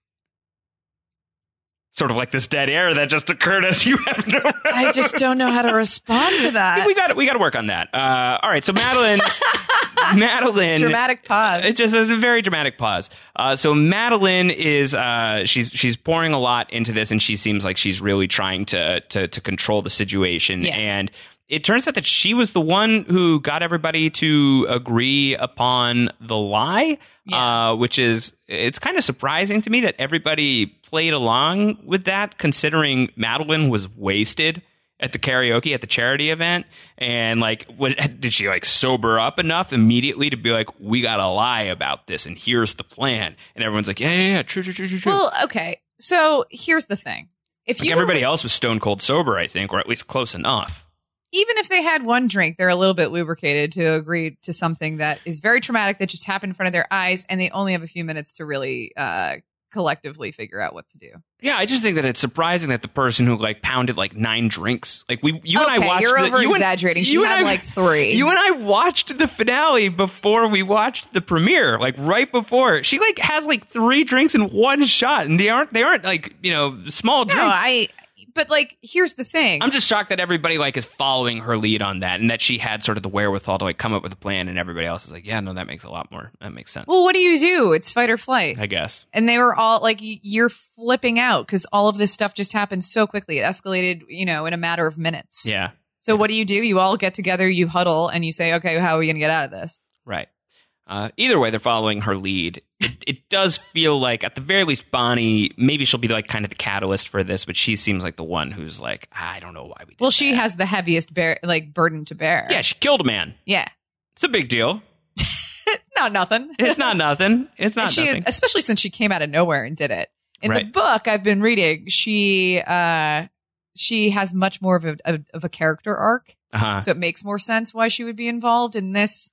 [SPEAKER 1] Sort of like this dead air that just occurred as you *laughs* have no.
[SPEAKER 2] I just don't know how to respond to
[SPEAKER 1] *laughs*
[SPEAKER 2] that.
[SPEAKER 1] we got we got to work on that. Uh, all right, so
[SPEAKER 2] *laughs*
[SPEAKER 1] Madeline, Madeline,
[SPEAKER 2] Dramatic pause.
[SPEAKER 1] It just is a very dramatic pause. Uh, so Madeline is uh, she's she's pouring a lot into this, and she seems like she's really trying to to, to control the situation.
[SPEAKER 2] Yeah.
[SPEAKER 1] And it turns out that she was the one who got everybody to agree upon the lie,
[SPEAKER 2] Yeah.
[SPEAKER 1] uh, which is it's kind of surprising to me that everybody played along with that, considering Madeline was wasted. At the karaoke at the charity event, and like, what did she like sober up enough immediately to be like, we gotta lie about this, and here's the plan, and everyone's like, yeah, yeah, yeah, true, true, true, true, true.
[SPEAKER 2] Well, okay. So here's the thing. If
[SPEAKER 1] like
[SPEAKER 2] you
[SPEAKER 1] everybody else was stone cold sober, I think, or at least close enough.
[SPEAKER 2] even if they had one drink, they're a little bit lubricated to agree to something that is very traumatic that just happened in front of their eyes, and they only have a few minutes to really uh, collectively figure out what to do.
[SPEAKER 1] Yeah, I just think that it's surprising that the person who like pounded like nine drinks, like we, you and I
[SPEAKER 2] okay,
[SPEAKER 1] watched.
[SPEAKER 2] you're
[SPEAKER 1] the-
[SPEAKER 2] over
[SPEAKER 1] you and-
[SPEAKER 2] exaggerating. She
[SPEAKER 1] you and
[SPEAKER 2] had
[SPEAKER 1] I-
[SPEAKER 2] like three.
[SPEAKER 1] You and I watched the finale before we watched the premiere, like right before. She like has like three drinks in one shot, and they aren't they aren't like you know small
[SPEAKER 2] no,
[SPEAKER 1] drinks.
[SPEAKER 2] I. But like, here's the thing.
[SPEAKER 1] I'm just shocked that everybody like is following her lead on that, and that she had sort of the wherewithal to like come up with a plan, and everybody else is like, yeah, no, that makes a lot more that makes sense.
[SPEAKER 2] well, what do you do? It's fight or flight.
[SPEAKER 1] I guess.
[SPEAKER 2] and they were all like, y- "You're flipping out because all of this stuff just happened so quickly. It escalated, you know, in a matter of minutes.
[SPEAKER 1] Yeah.
[SPEAKER 2] So what do you do? You all get together, you huddle, and you say, "Okay, how are we going to get out of this?"
[SPEAKER 1] Right. Uh, either way, they're following her lead. It, it does feel like, at the very least, Bonnie. Maybe she'll be like kind of the catalyst for this, but she seems like the one who's like, "Ah, I don't know why we. Did
[SPEAKER 2] Well, she
[SPEAKER 1] that."
[SPEAKER 2] has the heaviest bear, like burden to bear.
[SPEAKER 1] Yeah, she killed a man.
[SPEAKER 2] yeah.
[SPEAKER 1] It's a big deal.
[SPEAKER 2] not nothing.
[SPEAKER 1] It's *laughs* not nothing. It's not
[SPEAKER 2] And she,
[SPEAKER 1] nothing.
[SPEAKER 2] especially since she came out of nowhere and did it. In the
[SPEAKER 1] Right.
[SPEAKER 2] book I've been reading, she uh, she has much more of a, of- of a character arc,
[SPEAKER 1] Uh-huh.
[SPEAKER 2] so it makes more sense why she would be involved in this.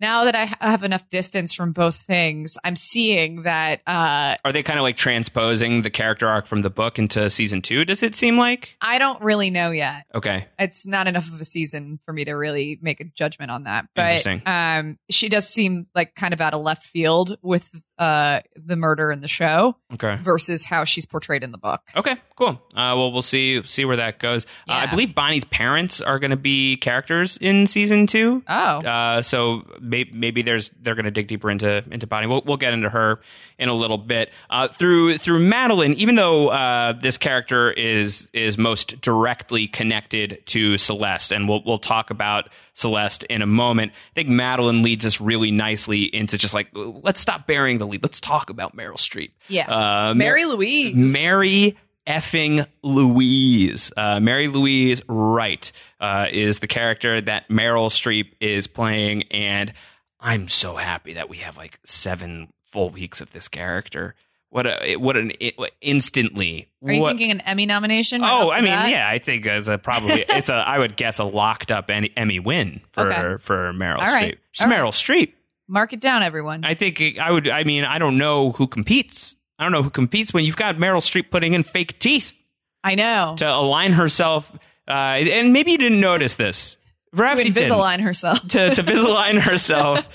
[SPEAKER 2] Now that I ha- have enough distance from both things, I'm seeing that uh,
[SPEAKER 1] Are they kind of like transposing the character arc from the book into season two? Does it seem like?
[SPEAKER 2] I don't really know yet.
[SPEAKER 1] Okay.
[SPEAKER 2] It's not enough of a season for me to really make a judgment on that. But
[SPEAKER 1] Interesting.
[SPEAKER 2] um, she does seem like kind of out of left field with uh, the murder in the show
[SPEAKER 1] Okay.
[SPEAKER 2] versus how she's portrayed in the book.
[SPEAKER 1] Okay, cool. Uh, well, we'll see see where that goes. Uh, I
[SPEAKER 2] Yeah.
[SPEAKER 1] believe Bonnie's parents are going to be characters in season two.
[SPEAKER 2] Oh,
[SPEAKER 1] Uh, so may- maybe there's they're going to dig deeper into into Bonnie. We'll, we'll get into her in a little bit. Uh, through through Madeline, even though uh, this character is is most directly connected to Celeste, and we'll we'll talk about Celeste in a moment. I think Madeline leads us really nicely into just like let's stop burying the lead. Let's talk about Meryl Streep.
[SPEAKER 2] yeah.
[SPEAKER 1] Uh, Mer-
[SPEAKER 2] Mary Louise.
[SPEAKER 1] Mary effing Louise. Uh, Mary Louise Wright uh, is the character that Meryl Streep is playing, and I'm so happy that we have like seven full weeks of this character. What a what an it, what- instantly.
[SPEAKER 2] Are you
[SPEAKER 1] what,
[SPEAKER 2] thinking an Emmy nomination? right
[SPEAKER 1] Oh,
[SPEAKER 2] off the
[SPEAKER 1] I mean,
[SPEAKER 2] bat?
[SPEAKER 1] yeah, I think it's a
[SPEAKER 2] *laughs*
[SPEAKER 1] probably it's a I would guess a locked up any, Emmy win for
[SPEAKER 2] Okay.
[SPEAKER 1] for Meryl
[SPEAKER 2] All right.
[SPEAKER 1] Streep. She's
[SPEAKER 2] All right.
[SPEAKER 1] Meryl Streep.
[SPEAKER 2] Mark it down, everyone.
[SPEAKER 1] I think it- I would. I mean, I don't know who competes. I don't know who competes when you've got Meryl Streep putting in fake teeth
[SPEAKER 2] I know.
[SPEAKER 1] to align herself. Uh, and maybe you didn't notice this. Perhaps
[SPEAKER 2] to
[SPEAKER 1] you didn't.
[SPEAKER 2] Invisalign herself.
[SPEAKER 1] To, to Invisalign *laughs* herself.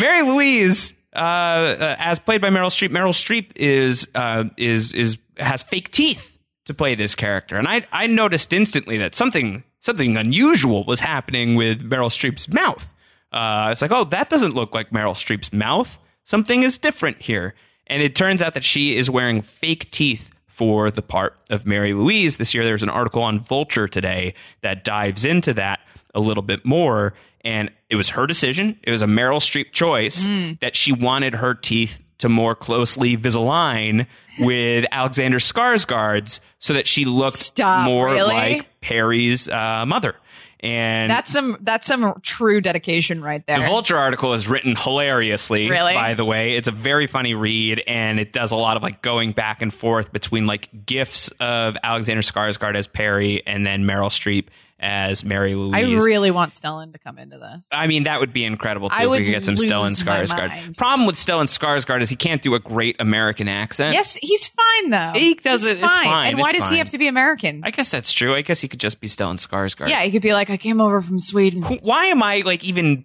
[SPEAKER 1] Mary Louise, uh, uh, as played by Meryl Streep, Meryl Streep is uh, is is has fake teeth to play this character, and I I noticed instantly that something something unusual was happening with Meryl Streep's mouth. Uh, it's like, oh, that doesn't look like Meryl Streep's mouth. Something is different here, and it turns out that she is wearing fake teeth for the part of Mary Louise this year. There's an article on Vulture today that dives into that a little bit more. And it was her decision. It was a Meryl Streep choice
[SPEAKER 2] Hmm.
[SPEAKER 1] that she wanted her teeth to more closely visalign
[SPEAKER 2] *laughs*
[SPEAKER 1] with Alexander Skarsgård's so that she looked
[SPEAKER 2] Stop,
[SPEAKER 1] more
[SPEAKER 2] really?
[SPEAKER 1] like Perry's uh, mother. And
[SPEAKER 2] That's some. That's some true dedication right there.
[SPEAKER 1] the Vulture article is written hilariously,
[SPEAKER 2] Really?
[SPEAKER 1] by the way. It's a very funny read, and it does a lot of like going back and forth between like gifs of Alexander Skarsgård as Perry and then Meryl Streep as Mary Louise.
[SPEAKER 2] I really want Stellan to come into this.
[SPEAKER 1] I mean, that would be incredible too if
[SPEAKER 2] I
[SPEAKER 1] we
[SPEAKER 2] would
[SPEAKER 1] could get some
[SPEAKER 2] lose
[SPEAKER 1] Stellan
[SPEAKER 2] my
[SPEAKER 1] Skarsgård.
[SPEAKER 2] mind.
[SPEAKER 1] Problem with Stellan Skarsgård is he can't do a great American accent.
[SPEAKER 2] yes, he's fine though.
[SPEAKER 1] He does
[SPEAKER 2] He's
[SPEAKER 1] it- it's fine,
[SPEAKER 2] And why
[SPEAKER 1] it's
[SPEAKER 2] does
[SPEAKER 1] fine.
[SPEAKER 2] he have to be American?
[SPEAKER 1] I guess that's true. I guess he could just be Stellan Skarsgård.
[SPEAKER 2] yeah, he could be like, I came over from Sweden.
[SPEAKER 1] Who- Why am I like even?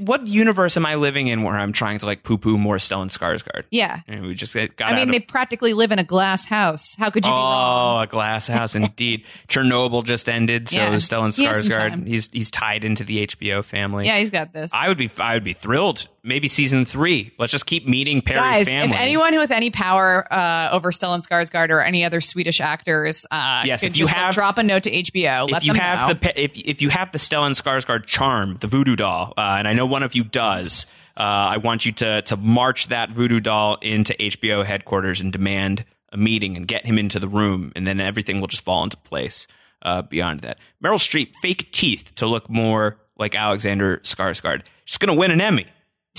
[SPEAKER 1] What universe am I living in where I'm trying to like poo poo more Stellan Skarsgård?
[SPEAKER 2] Yeah.
[SPEAKER 1] And we just got.
[SPEAKER 2] I
[SPEAKER 1] out
[SPEAKER 2] mean,
[SPEAKER 1] of-
[SPEAKER 2] they practically live in a glass house. How could you be wrong?
[SPEAKER 1] Oh, a glass
[SPEAKER 2] *laughs*
[SPEAKER 1] house indeed. Chernobyl just ended, so
[SPEAKER 2] Yeah.
[SPEAKER 1] Stellan
[SPEAKER 2] He has some
[SPEAKER 1] Skarsgård
[SPEAKER 2] time.
[SPEAKER 1] he's he's tied into the HBO family.
[SPEAKER 2] Yeah, he's got this.
[SPEAKER 1] I would be I would be thrilled. Maybe season three. Let's just keep meeting Perry's
[SPEAKER 2] Guys,
[SPEAKER 1] family.
[SPEAKER 2] if anyone with any power uh, over Stellan Skarsgård or any other Swedish actors, uh,
[SPEAKER 1] Yes,
[SPEAKER 2] could
[SPEAKER 1] if you
[SPEAKER 2] just, like,
[SPEAKER 1] have-
[SPEAKER 2] drop a note to HBO.
[SPEAKER 1] if
[SPEAKER 2] let
[SPEAKER 1] you
[SPEAKER 2] them
[SPEAKER 1] have
[SPEAKER 2] know.
[SPEAKER 1] the pe- if if you have the Stellan Skarsgård charm, the voodoo doll, uh, and I know one of you does, uh, I want you to to march that voodoo doll into HBO headquarters and demand a meeting and get him into the room, and then everything will just fall into place. Uh, beyond that, Meryl Streep fake teeth to look more like Alexander Skarsgård. She's gonna win an Emmy.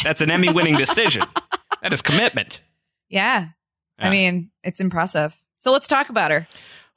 [SPEAKER 1] That's an Emmy
[SPEAKER 2] *laughs*
[SPEAKER 1] winning decision. That is commitment.
[SPEAKER 2] Yeah.
[SPEAKER 1] Yeah.
[SPEAKER 2] I mean, it's impressive. So let's talk about her.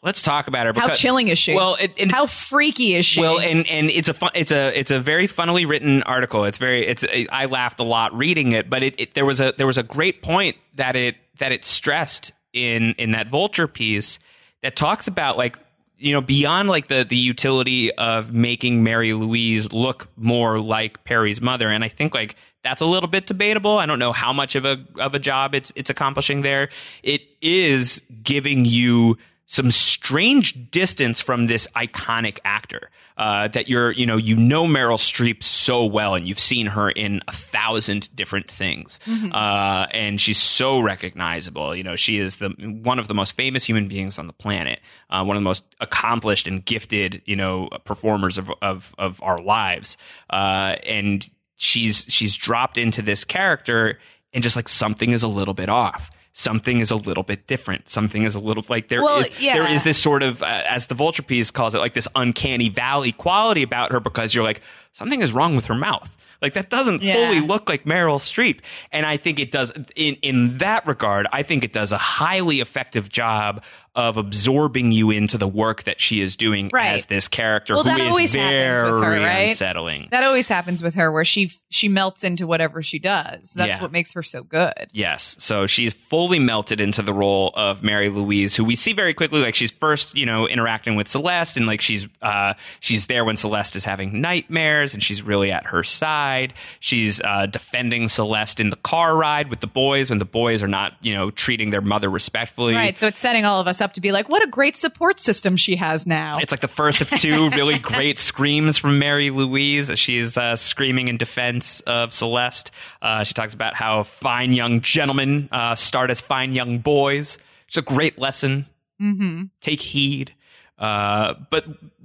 [SPEAKER 1] Let's talk about her.
[SPEAKER 2] How
[SPEAKER 1] because-
[SPEAKER 2] chilling is she?
[SPEAKER 1] Well, it, and
[SPEAKER 2] how freaky is she?
[SPEAKER 1] Well, and and it's a fun, it's a it's a very funnily written article. It's very it's I laughed a lot reading it, but it, it there was a there was a great point that it that it stressed in in that vulture piece that talks about like you know beyond like the the utility of making Mary Louise look more like Perry's mother, and I think like that's a little bit debatable. I don't know how much of a of a job it's it's accomplishing there. It is giving you some strange distance from this iconic actor uh, that you're you know you know Meryl Streep so well and you've seen her in a thousand different things uh, and she's so recognizable you know she is the one of the most famous human beings on the planet uh, one of the most accomplished and gifted you know performers of of, of our lives uh, and she's she's dropped into this character and just like something is a little bit off something is a little bit different something is a little like there is
[SPEAKER 2] Well, yeah.
[SPEAKER 1] there is this sort of uh, as the vulture piece calls it like this uncanny valley quality about her because you're like something is wrong with her mouth Like that doesn't
[SPEAKER 2] Yeah.
[SPEAKER 1] fully look like Meryl Streep. And I think it does in in that regard, I think it does a highly effective job of absorbing you into the work that she is doing
[SPEAKER 2] Right.
[SPEAKER 1] as this character
[SPEAKER 2] Well,
[SPEAKER 1] who
[SPEAKER 2] that
[SPEAKER 1] is
[SPEAKER 2] always happens
[SPEAKER 1] very
[SPEAKER 2] with her, right?
[SPEAKER 1] unsettling.
[SPEAKER 2] That always happens with her, where she she melts into whatever she does. That's
[SPEAKER 1] Yeah.
[SPEAKER 2] what makes her so good.
[SPEAKER 1] Yes. So she's fully melted into the role of Mary Louise, who we see very quickly. Like she's first, you know, interacting with Celeste, and like she's uh, she's there when Celeste is having nightmares, and she's really at her side. She's uh, defending Celeste in the car ride with the boys when the boys are not, you know, treating their mother respectfully.
[SPEAKER 2] Right. So it's setting all of us up to be like, what a great support system she has now.
[SPEAKER 1] It's like the first of
[SPEAKER 2] *laughs*
[SPEAKER 1] two really great screams from Mary Louise as she is uh, screaming in defense of Celeste. Uh, she talks about how fine young gentlemen uh, start as fine young boys. It's a great lesson.
[SPEAKER 2] mm-hmm.
[SPEAKER 1] Take heed. Uh, but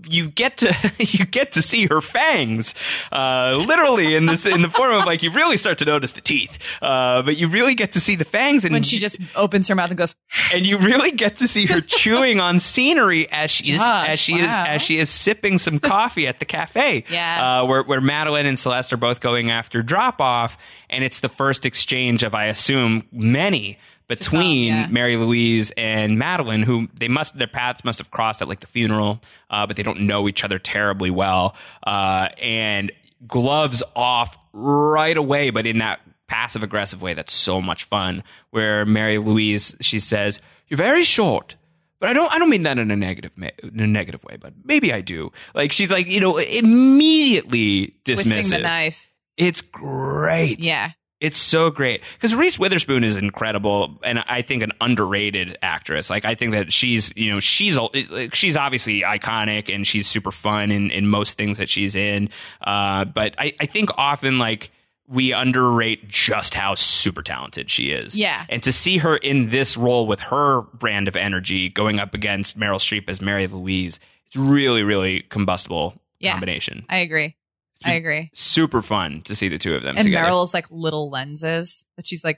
[SPEAKER 1] you get to *laughs* you get to see her fangs, uh, literally in this in the form of like you really start to notice the teeth. Uh, but you really get to see the fangs and
[SPEAKER 2] When she just opens her mouth and goes,
[SPEAKER 1] and you really get to see
[SPEAKER 2] *laughs*
[SPEAKER 1] her chewing on scenery as she is
[SPEAKER 2] Gosh,
[SPEAKER 1] as she
[SPEAKER 2] wow.
[SPEAKER 1] is as she is sipping some coffee at the cafe.
[SPEAKER 2] *laughs* Yeah.
[SPEAKER 1] uh, where where Madeline and Celeste are both going after drop off, and it's the first exchange of I assume many between
[SPEAKER 2] yeah.
[SPEAKER 1] Mary Louise and Madeline, who they must their paths must have crossed at like the funeral, uh, but they don't know each other terribly well, uh, and gloves off right away, but in that passive aggressive way that's so much fun. Where Mary Louise she says, "You're very short." But I don't. I don't mean that in a negative, ma- in a negative way. But maybe I do. Like she's like, you know, immediately
[SPEAKER 2] twisting the
[SPEAKER 1] dismissive.
[SPEAKER 2] knife.
[SPEAKER 1] It's great.
[SPEAKER 2] Yeah.
[SPEAKER 1] It's so great because Reese Witherspoon is incredible, and I think an underrated actress. Like I think that she's you know she's al- like, she's obviously iconic and she's super fun in, in most things that she's in. Uh, but I, I think often like we underrate just how super talented she is.
[SPEAKER 2] Yeah.
[SPEAKER 1] and to see her in this role with her brand of energy going up against Meryl Streep as Mary Louise, it's really really combustible
[SPEAKER 2] Yeah.
[SPEAKER 1] combination.
[SPEAKER 2] I agree. I agree.
[SPEAKER 1] Super fun to see the two of them
[SPEAKER 2] And
[SPEAKER 1] together.
[SPEAKER 2] Meryl's like little lenses that she's like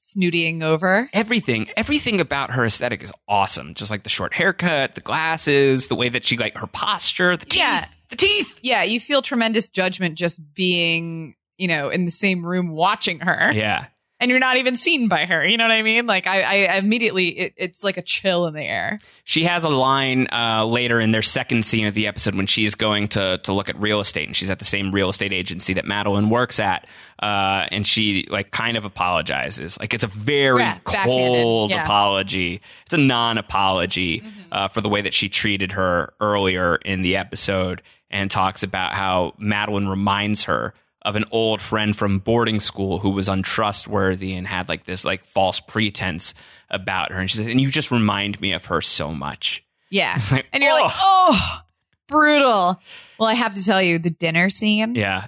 [SPEAKER 2] snootying over.
[SPEAKER 1] everything everything about her aesthetic is awesome just like the short haircut the glasses the way that she like her posture the teeth
[SPEAKER 2] Yeah.
[SPEAKER 1] the teeth
[SPEAKER 2] Yeah, you feel tremendous judgment just being, you know, in the same room watching her.
[SPEAKER 1] yeah
[SPEAKER 2] And you're not even seen by her. You know what I mean? Like I, I immediately it, it's like a chill in the air.
[SPEAKER 1] she has a line uh, later in their second scene of the episode when she's going to to look at real estate and she's at the same real estate agency that Madeline works at uh, and she like kind of apologizes like it's a very
[SPEAKER 2] Yeah, backhanded.
[SPEAKER 1] cold
[SPEAKER 2] Yeah.
[SPEAKER 1] apology it's a non apology uh, for the way that she treated her earlier in the episode and talks about how Madeline reminds her of an old friend from boarding school who was untrustworthy and had like this like false pretense about her and she says and you just remind me of her so much *laughs*
[SPEAKER 2] Yeah.
[SPEAKER 1] like,
[SPEAKER 2] And you're like, "Oh, brutal." Well, I have to tell you, the dinner scene
[SPEAKER 1] yeah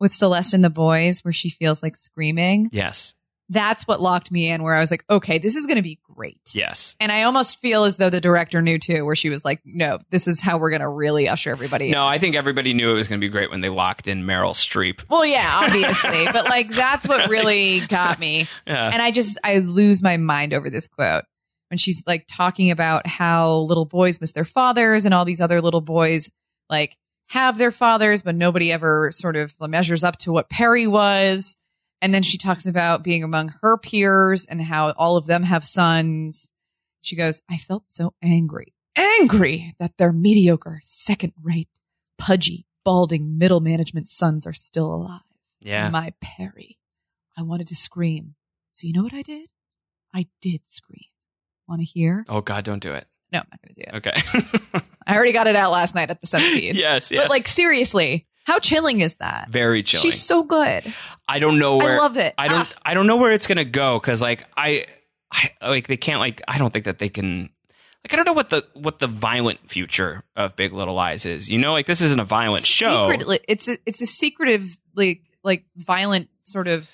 [SPEAKER 2] with Celeste and the boys where she feels like screaming,
[SPEAKER 1] yes
[SPEAKER 2] that's what locked me in where I was like, "Okay, this is going to be great."
[SPEAKER 1] yes
[SPEAKER 2] And I almost feel as though the director knew too, where she was like, no, this is how we're going to really usher everybody. in."
[SPEAKER 1] no i think everybody knew it was going to be great when they locked in meryl streep
[SPEAKER 2] Well, yeah, obviously. but like, that's what really got me.
[SPEAKER 1] yeah
[SPEAKER 2] And I just, I lose my mind over this quote when she's like talking about how little boys miss their fathers and all these other little boys like have their fathers, but nobody ever sort of measures up to what Perry was. And then she talks about being among her peers and how all of them have sons. She goes, I felt so angry, angry that their mediocre, second rate, pudgy, balding middle management sons are still alive
[SPEAKER 1] yeah
[SPEAKER 2] my Perry. I wanted to scream. So you know what I did? I did scream. Want to hear?
[SPEAKER 1] oh god don't do it
[SPEAKER 2] No, I'm not going to do it.
[SPEAKER 1] okay
[SPEAKER 2] I already got it out last night
[SPEAKER 1] *laughs*
[SPEAKER 2] at the centipede.
[SPEAKER 1] yes yes
[SPEAKER 2] But like seriously, how chilling is that?
[SPEAKER 1] very chilling
[SPEAKER 2] She's so good.
[SPEAKER 1] i don't know where
[SPEAKER 2] I love it.
[SPEAKER 1] I don't
[SPEAKER 2] Ah,
[SPEAKER 1] I don't know where it's gonna go because like I, I like they can't like I don't think that they can like I don't know what the what the violent future of Big Little Lies is. You know, like this isn't a violent show.
[SPEAKER 2] Secretly, it's a, it's a secretive like like violent sort of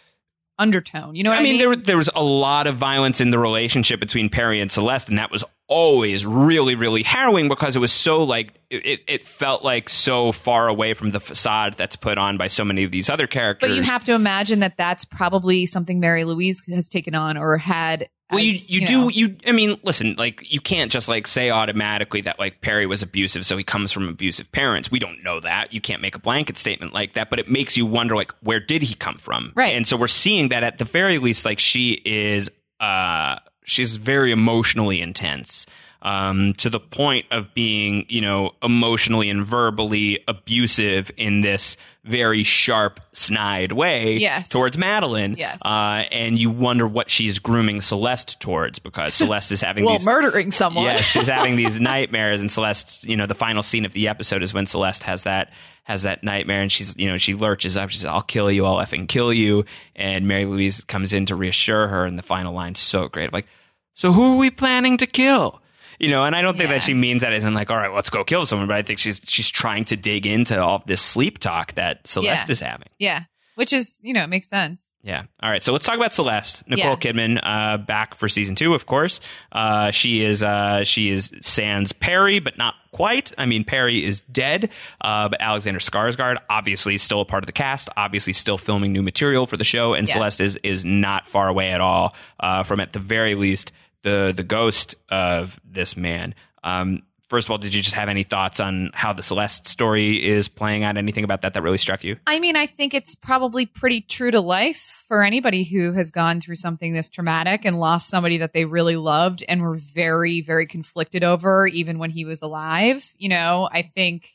[SPEAKER 2] undertone. You know what I
[SPEAKER 1] I mean, there there was a lot of violence in the relationship between Perry and Celeste, and that was always really, really harrowing because it was so like it, it- it felt like so far away from the facade that's put on by so many of these other characters.
[SPEAKER 2] But you have to imagine that that's probably something Mary Louise has taken on or had
[SPEAKER 1] Well, you
[SPEAKER 2] as,
[SPEAKER 1] you, do
[SPEAKER 2] know.
[SPEAKER 1] you. I mean, listen, like you can't just like say automatically that like Perry was abusive, so he comes from abusive parents. We don't know that. You can't make a blanket statement like that, but it makes you wonder like where did he come from?
[SPEAKER 2] Right.
[SPEAKER 1] And so we're seeing that at the very least, like she is, uh, she's very emotionally intense. Um, to the point of being, you know, emotionally and verbally abusive in this very sharp, snide way
[SPEAKER 2] Yes.
[SPEAKER 1] towards Madeline.
[SPEAKER 2] Yes.
[SPEAKER 1] Uh, and you wonder what she's grooming Celeste towards
[SPEAKER 2] *laughs*
[SPEAKER 1] because Celeste is having
[SPEAKER 3] Well,
[SPEAKER 1] these.
[SPEAKER 3] murdering someone.
[SPEAKER 1] Yeah, she's having these nightmares, and Celeste, you know, the final scene of the episode is when Celeste has that has that nightmare, and she's, you know, she lurches up. She says, "I'll kill you. I'll effing kill you." And Mary Louise comes in to reassure her, and the final line's so great, like, "So who are we planning to kill?" You know, and I don't think
[SPEAKER 2] Yeah.
[SPEAKER 1] that she means that as in like, "All right, let's go kill someone," but I think she's she's trying to dig into all this sleep talk that Celeste
[SPEAKER 2] Yeah.
[SPEAKER 1] is having.
[SPEAKER 2] yeah, which is you know it makes sense.
[SPEAKER 1] Yeah. All right. So let's talk about Celeste. Nicole
[SPEAKER 2] Yeah.
[SPEAKER 1] Kidman, uh, back for season two, of course. Uh, she is uh, she is Sans Perry, but not quite. I mean, Perry is dead, uh, but Alexander Skarsgård obviously is still a part of the cast. Obviously, still filming new material for the show, and
[SPEAKER 2] Yes.
[SPEAKER 1] Celeste is is not far away at all uh, from, at the very least, the the ghost of this man. Um, first of all, did you just have any thoughts on how the Celeste story is playing out? Anything about that that really struck you?
[SPEAKER 2] I mean, I think it's probably pretty true to life for anybody who has gone through something this traumatic and lost somebody that they really loved and were very, very conflicted over, even when he was alive. You know, I think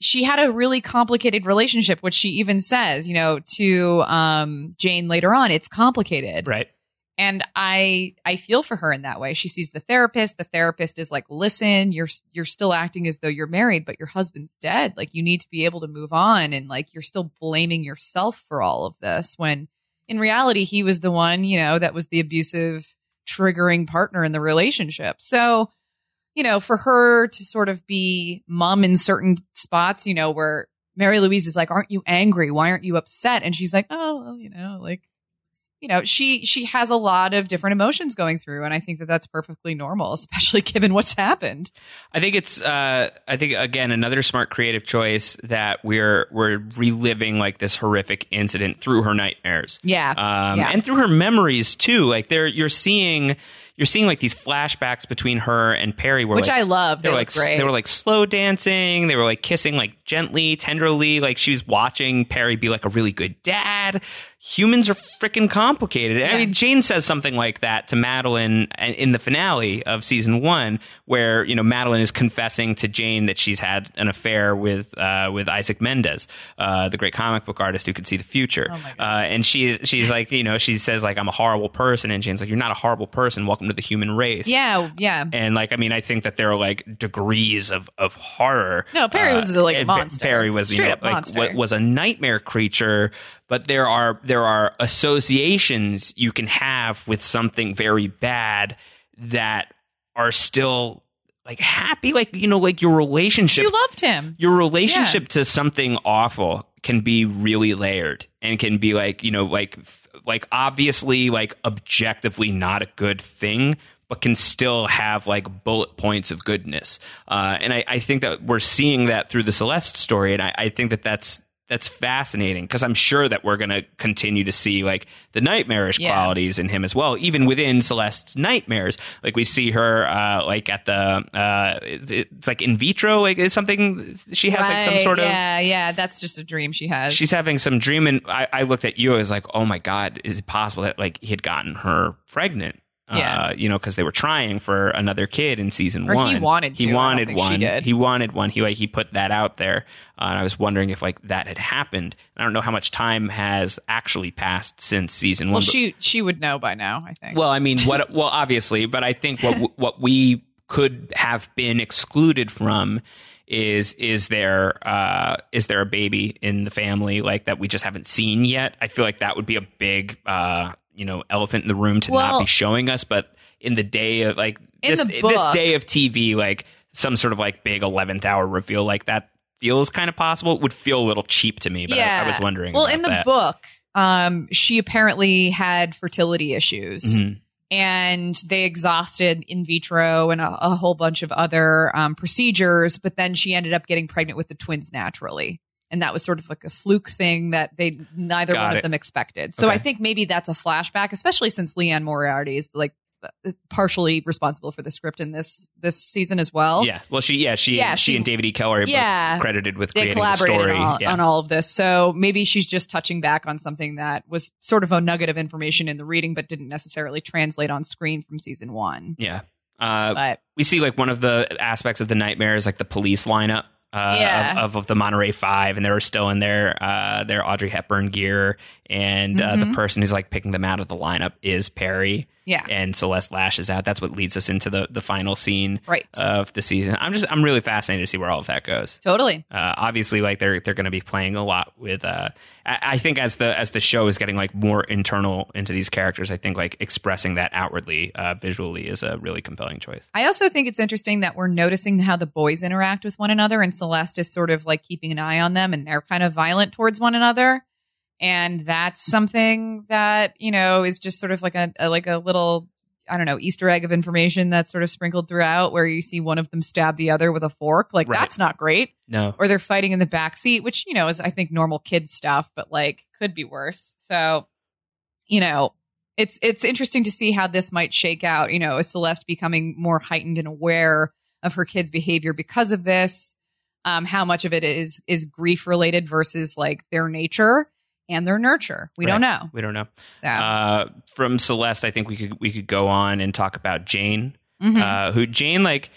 [SPEAKER 2] she had a really complicated relationship, which she even says, you know, to um, Jane later on. It's complicated
[SPEAKER 1] Right.
[SPEAKER 2] and i i feel for her in that way she sees the therapist the therapist is like listen you're you're still acting as though you're married but your husband's dead like you need to be able to move on and like you're still blaming yourself for all of this when in reality he was the one you know that was the abusive triggering partner in the relationship so you know for her to sort of be mom in certain spots you know where mary louise is like aren't you angry why aren't you upset and she's like oh well, you know like you know she she has a lot of different emotions going through and i think that that's perfectly normal especially *laughs* given what's happened
[SPEAKER 1] I think it's uh, I think again another smart creative choice that we're we're reliving like this horrific incident through her nightmares.
[SPEAKER 2] yeah
[SPEAKER 1] Um,
[SPEAKER 2] Yeah.
[SPEAKER 1] and through her memories too. Like there you're seeing you're seeing like these flashbacks between her and Perry where
[SPEAKER 2] which
[SPEAKER 1] like,
[SPEAKER 2] i love
[SPEAKER 1] they
[SPEAKER 2] they
[SPEAKER 1] were
[SPEAKER 2] look
[SPEAKER 1] like
[SPEAKER 2] great
[SPEAKER 1] they were like slow dancing, they were like kissing like gently, tenderly, like she was watching Perry be like a really good dad. Humans are freaking complicated. I
[SPEAKER 2] Yeah.
[SPEAKER 1] mean Jane says something like that to Madeline and- in the finale of season 1 where, you know, Madeline is confessing to Jane that she's had an affair with uh, with Isaac Mendez, uh, the great comic book artist who could see the future.
[SPEAKER 2] Oh my God.
[SPEAKER 1] Uh, and she's she's like, you know, she says like I'm a horrible person and Jane's like you're not a horrible person. Welcome to the human race.
[SPEAKER 2] yeah yeah
[SPEAKER 1] And like, I mean, I think that there are like degrees of of horror.
[SPEAKER 3] No, Perry was, like, a
[SPEAKER 1] and
[SPEAKER 3] monster.
[SPEAKER 1] Perry was you
[SPEAKER 3] Straight
[SPEAKER 1] know
[SPEAKER 3] up
[SPEAKER 1] like
[SPEAKER 3] monster.
[SPEAKER 1] what was a nightmare creature. But there are there are associations you can have with something very bad that are still like happy, like you know, like your relationship
[SPEAKER 2] she loved him
[SPEAKER 1] your relationship to something awful can be really layered and can be like you know like f- like obviously like objectively not a good thing but can still have like bullet points of goodness uh, and I, I think that we're seeing that through the celeste story and i, I think that that's that's fascinating because i'm sure that we're going to continue to see like the nightmarish
[SPEAKER 2] Yeah.
[SPEAKER 1] qualities in him as well even within celeste's nightmares like we see her uh, like at the uh, it- it's like in vitro like is something she has like some
[SPEAKER 2] Right,
[SPEAKER 1] sort of
[SPEAKER 2] yeah yeah that's just a dream she has
[SPEAKER 1] she's having some dream and I, I looked at you i was like oh my god is it possible that like he had gotten her pregnant
[SPEAKER 2] Yeah.
[SPEAKER 1] uh, you know because they were trying for another kid in season
[SPEAKER 2] Or he
[SPEAKER 1] one
[SPEAKER 2] wanted to. I
[SPEAKER 1] he
[SPEAKER 2] don't
[SPEAKER 1] wanted
[SPEAKER 2] think she
[SPEAKER 1] one
[SPEAKER 2] did.
[SPEAKER 1] he wanted one he like he put that out there uh, and i was wondering if like that had happened i don't know how much time has actually passed since season
[SPEAKER 2] well
[SPEAKER 1] one but-
[SPEAKER 2] she she would know by now i think
[SPEAKER 1] well, I mean, what? Well, obviously, but I think what w- what we could have been excluded from is is there uh, is there a baby in the family like that we just haven't seen yet? I feel like that would be a big uh, you know elephant in the room to not
[SPEAKER 2] Well-
[SPEAKER 1] be showing us, but in the day of like
[SPEAKER 2] In
[SPEAKER 1] this
[SPEAKER 2] the
[SPEAKER 1] this
[SPEAKER 2] book-
[SPEAKER 1] day of TV, like some sort of like big eleventh hour reveal like that feels kind of possible. It would feel a little cheap to me, but I- I, was wondering.
[SPEAKER 2] well
[SPEAKER 1] about
[SPEAKER 2] in the
[SPEAKER 1] that.
[SPEAKER 2] book um she apparently had fertility issues
[SPEAKER 1] Mhm.
[SPEAKER 2] and they exhausted in vitro and a, a whole bunch of other um, procedures. But then she ended up getting pregnant with the twins naturally, and and that was sort of like a fluke thing that they neither
[SPEAKER 1] Got
[SPEAKER 2] one
[SPEAKER 1] it.
[SPEAKER 2] of them expected. So
[SPEAKER 1] Okay.
[SPEAKER 2] I think maybe that's a flashback, especially since Leanne Moriarty is like uh, partially responsible for the script in this this season as well.
[SPEAKER 1] yeah. Well, she yeah she
[SPEAKER 2] Yeah,
[SPEAKER 1] she,
[SPEAKER 2] she-
[SPEAKER 1] and David E. Keller are
[SPEAKER 2] Yeah.
[SPEAKER 1] both credited with
[SPEAKER 2] They
[SPEAKER 1] creating the
[SPEAKER 2] collaborated
[SPEAKER 1] story.
[SPEAKER 2] on, all,
[SPEAKER 1] yeah.
[SPEAKER 2] on all of this. So maybe she's just touching back on something that was sort of a nugget of information in the reading, but didn't necessarily translate on screen from season one.
[SPEAKER 1] yeah. Uh,
[SPEAKER 2] But
[SPEAKER 1] we see like one of the aspects of the nightmare is like the police lineup. Uh,
[SPEAKER 2] Yeah.
[SPEAKER 1] of, of the Monterey Five, and they were still in their uh, their Audrey Hepburn gear, and uh, the
[SPEAKER 2] Mhm.
[SPEAKER 1] person who's like picking them out of the lineup is Perry,
[SPEAKER 2] yeah,
[SPEAKER 1] and Celeste lashes out. That's what leads us into the the final scene
[SPEAKER 2] right.
[SPEAKER 1] of the season. I'm just I'm really fascinated to see where all of that goes.
[SPEAKER 2] totally.
[SPEAKER 1] Uh, obviously, like they're they're going to be playing a lot with. Uh, I, I think as the as the show is getting like more internal into these characters, I think like expressing that outwardly uh, visually is a really compelling choice.
[SPEAKER 2] I also think it's interesting that we're noticing how the boys interact with one another, and Celeste is sort of like keeping an eye on them, and they're kind of violent towards one another, and that's something that you know is just sort of like a, a like a little I don't know Easter egg of information that's sort of sprinkled throughout, where you see one of them stab the other with a fork, like
[SPEAKER 1] Right.
[SPEAKER 2] that's not great,
[SPEAKER 1] No,
[SPEAKER 2] or they're fighting in the back seat, which you know is I think normal kid stuff, but like could be worse. So, you know, it's it's interesting to see how this might shake out. You know, is Celeste becoming more heightened and aware of her kids' behavior because of this? Um, how much of it is is grief related versus like their nature and their nurture? We don't know.
[SPEAKER 1] we don't know.
[SPEAKER 2] So,
[SPEAKER 1] Uh, from Celeste, I think we could we could go on and talk about Jane,
[SPEAKER 2] mhm.
[SPEAKER 1] uh, who Jane like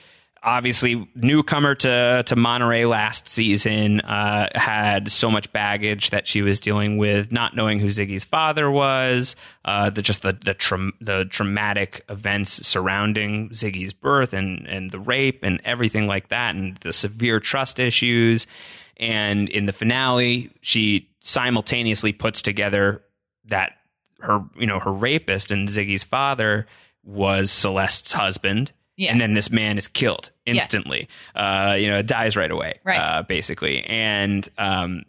[SPEAKER 1] obviously newcomer to to Monterey last season uh, had so much baggage that she was dealing with, not knowing who Ziggy's father was, uh, the just the the, tra- the traumatic events surrounding Ziggy's birth and and the rape and everything like that, and the severe trust issues. And in the finale, she simultaneously puts together that her you know her rapist and Ziggy's father was Celeste's husband
[SPEAKER 2] Yes.
[SPEAKER 1] and then this man is killed
[SPEAKER 2] Yes.
[SPEAKER 1] instantly. Uh, you know, dies right away,
[SPEAKER 2] Right.
[SPEAKER 1] Uh, basically. And um,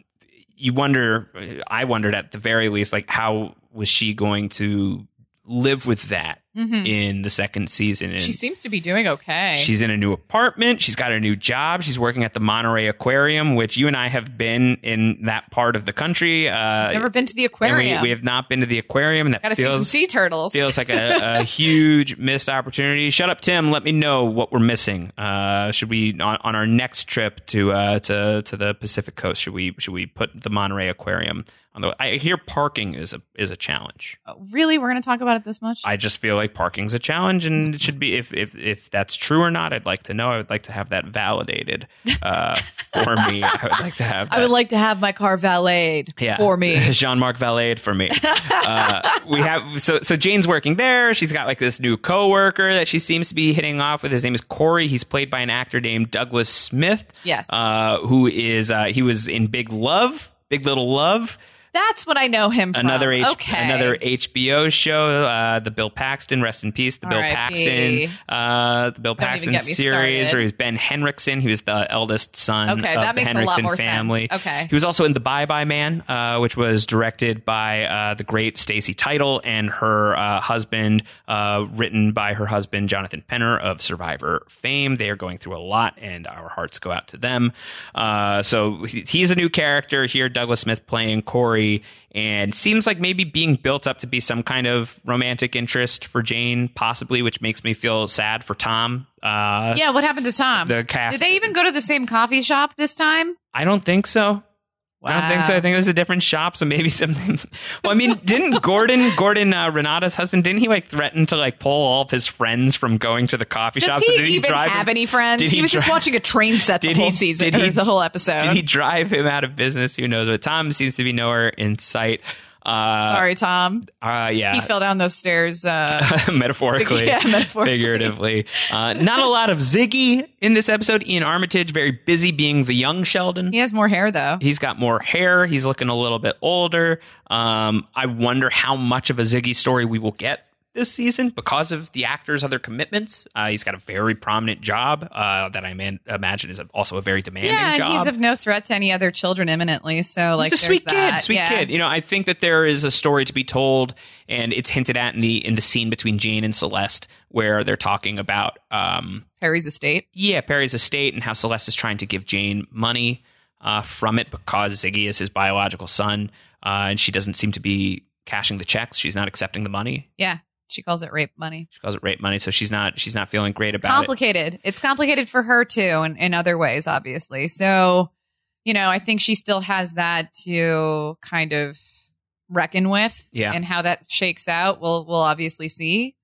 [SPEAKER 1] you wonder, I wondered at the very least, like how was she going to live with that
[SPEAKER 2] Mhm.
[SPEAKER 1] in the second season? And
[SPEAKER 2] she seems to be doing okay.
[SPEAKER 1] She's in a new apartment. She's got a new job. She's working at the Monterey Aquarium, which you and I have been in that part of the country. Uh,
[SPEAKER 2] Never been to the
[SPEAKER 1] and
[SPEAKER 2] aquarium.
[SPEAKER 1] We, we have not been to the aquarium, and that
[SPEAKER 2] Got to see some
[SPEAKER 1] feels
[SPEAKER 2] sea turtles.
[SPEAKER 1] feels like a, a huge missed opportunity. Shut up, Tim. Let me know what we're missing. Uh, should we on, on our next trip to uh, to to the Pacific Coast? Should we should we put the Monterey Aquarium on the? I hear parking is a is a challenge.
[SPEAKER 2] really, we're going to talk about it this much?
[SPEAKER 1] I just feel like parking's a challenge, and it should be if if if that's true or not. I'd like to know. I would like to have that validated uh, for me. I would like to have. That.
[SPEAKER 2] I would like to have my car valeted
[SPEAKER 1] yeah. *laughs*
[SPEAKER 2] for me.
[SPEAKER 1] Jean Marc Vallade for me. Uh, we have so so Jane's working there. She's got like this new coworker that she seems to be hitting off with. His name is Corey. He's played by an actor named Douglas Smith,
[SPEAKER 2] yes.
[SPEAKER 1] uh, who is uh, he was in Big Love, Big Little Love,
[SPEAKER 2] That's what I know him from.
[SPEAKER 1] another H-
[SPEAKER 2] okay.
[SPEAKER 1] another uh, HBO show, uh, the Bill Paxton, rest in peace, the Bill
[SPEAKER 2] R.I.P..
[SPEAKER 1] Paxton, uh, the Bill
[SPEAKER 2] Don't
[SPEAKER 1] Paxton
[SPEAKER 2] even get me
[SPEAKER 1] series,
[SPEAKER 2] started.
[SPEAKER 1] or he's Ben Henriksen. He was the eldest son
[SPEAKER 2] Okay,
[SPEAKER 1] of
[SPEAKER 2] that
[SPEAKER 1] the
[SPEAKER 2] makes
[SPEAKER 1] Henriksen
[SPEAKER 2] a lot more
[SPEAKER 1] family.
[SPEAKER 2] sense. Okay.
[SPEAKER 1] He was also in The Bye Bye Man, uh, which was directed by uh, the great Stacy Title and her uh, husband, uh, written by her husband, Jonathan Penner of Survivor fame. They are going through a lot, and our hearts go out to them. Uh, so he- he's a new character here, Douglas Smith playing Corey, and seems like maybe being built up to be some kind of romantic interest for Jane, possibly, which makes me feel sad for Tom. Uh,
[SPEAKER 2] Yeah, what happened to Tom?
[SPEAKER 1] The calf.
[SPEAKER 2] Did they even go to the same coffee shop this time?
[SPEAKER 1] I don't think so. I don't think so. I think it was a different shop, so maybe *laughs* something. Well, I mean, didn't Gordon, Gordon uh, Renata's husband, didn't he like threaten to like pull all of his friends from going to the coffee shop?
[SPEAKER 2] Does
[SPEAKER 1] So
[SPEAKER 2] he
[SPEAKER 1] did
[SPEAKER 2] even
[SPEAKER 1] drive
[SPEAKER 2] have
[SPEAKER 1] him,
[SPEAKER 2] any friends?
[SPEAKER 1] did
[SPEAKER 2] He,
[SPEAKER 1] he
[SPEAKER 2] was just
[SPEAKER 1] drive-
[SPEAKER 2] watching a train set the
[SPEAKER 1] Did he-
[SPEAKER 2] whole season,
[SPEAKER 1] did he-
[SPEAKER 2] or the whole episode.
[SPEAKER 1] Did he drive him out of business? Who knows? But Tom seems to be nowhere in sight. Uh,
[SPEAKER 2] Sorry, Tom.
[SPEAKER 1] uh
[SPEAKER 2] he
[SPEAKER 1] yeah,
[SPEAKER 2] fell down those stairs.
[SPEAKER 1] *laughs*
[SPEAKER 2] Uh,
[SPEAKER 1] metaphorically.
[SPEAKER 2] *laughs* yeah, metaphorically.
[SPEAKER 1] Figuratively, uh, not a lot of Ziggy in this episode. Ian Armitage very busy being the young Sheldon.
[SPEAKER 2] He has more hair though.
[SPEAKER 1] He's got more hair. He's looking a little bit older. Um, I wonder how much of a Ziggy story we will get this season because of the actor's other commitments. Uh, he's got a very prominent job uh, that I man- imagine is also a very demanding
[SPEAKER 2] yeah, and
[SPEAKER 1] job.
[SPEAKER 2] he's of no threat to any other children imminently. So, like,
[SPEAKER 1] He's a
[SPEAKER 2] there's
[SPEAKER 1] sweet
[SPEAKER 2] that.
[SPEAKER 1] kid, sweet
[SPEAKER 2] Yeah.
[SPEAKER 1] kid. You know, I think that there is a story to be told, and it's hinted at in the in the scene between Jane and Celeste where they're talking about um,
[SPEAKER 2] Perry's estate.
[SPEAKER 1] yeah, Perry's estate and how Celeste is trying to give Jane money uh, from it because Ziggy is his biological son, uh, and she doesn't seem to be cashing the checks. She's not accepting the money.
[SPEAKER 2] She calls it rape money.
[SPEAKER 1] She calls it rape money, so she's not she's not feeling great about it.
[SPEAKER 2] complicated. It's complicated for her too, in, in other ways, obviously. So, you know, I think she still has that to kind of reckon with,
[SPEAKER 1] Yeah.
[SPEAKER 2] and how that shakes out, we'll we'll obviously see.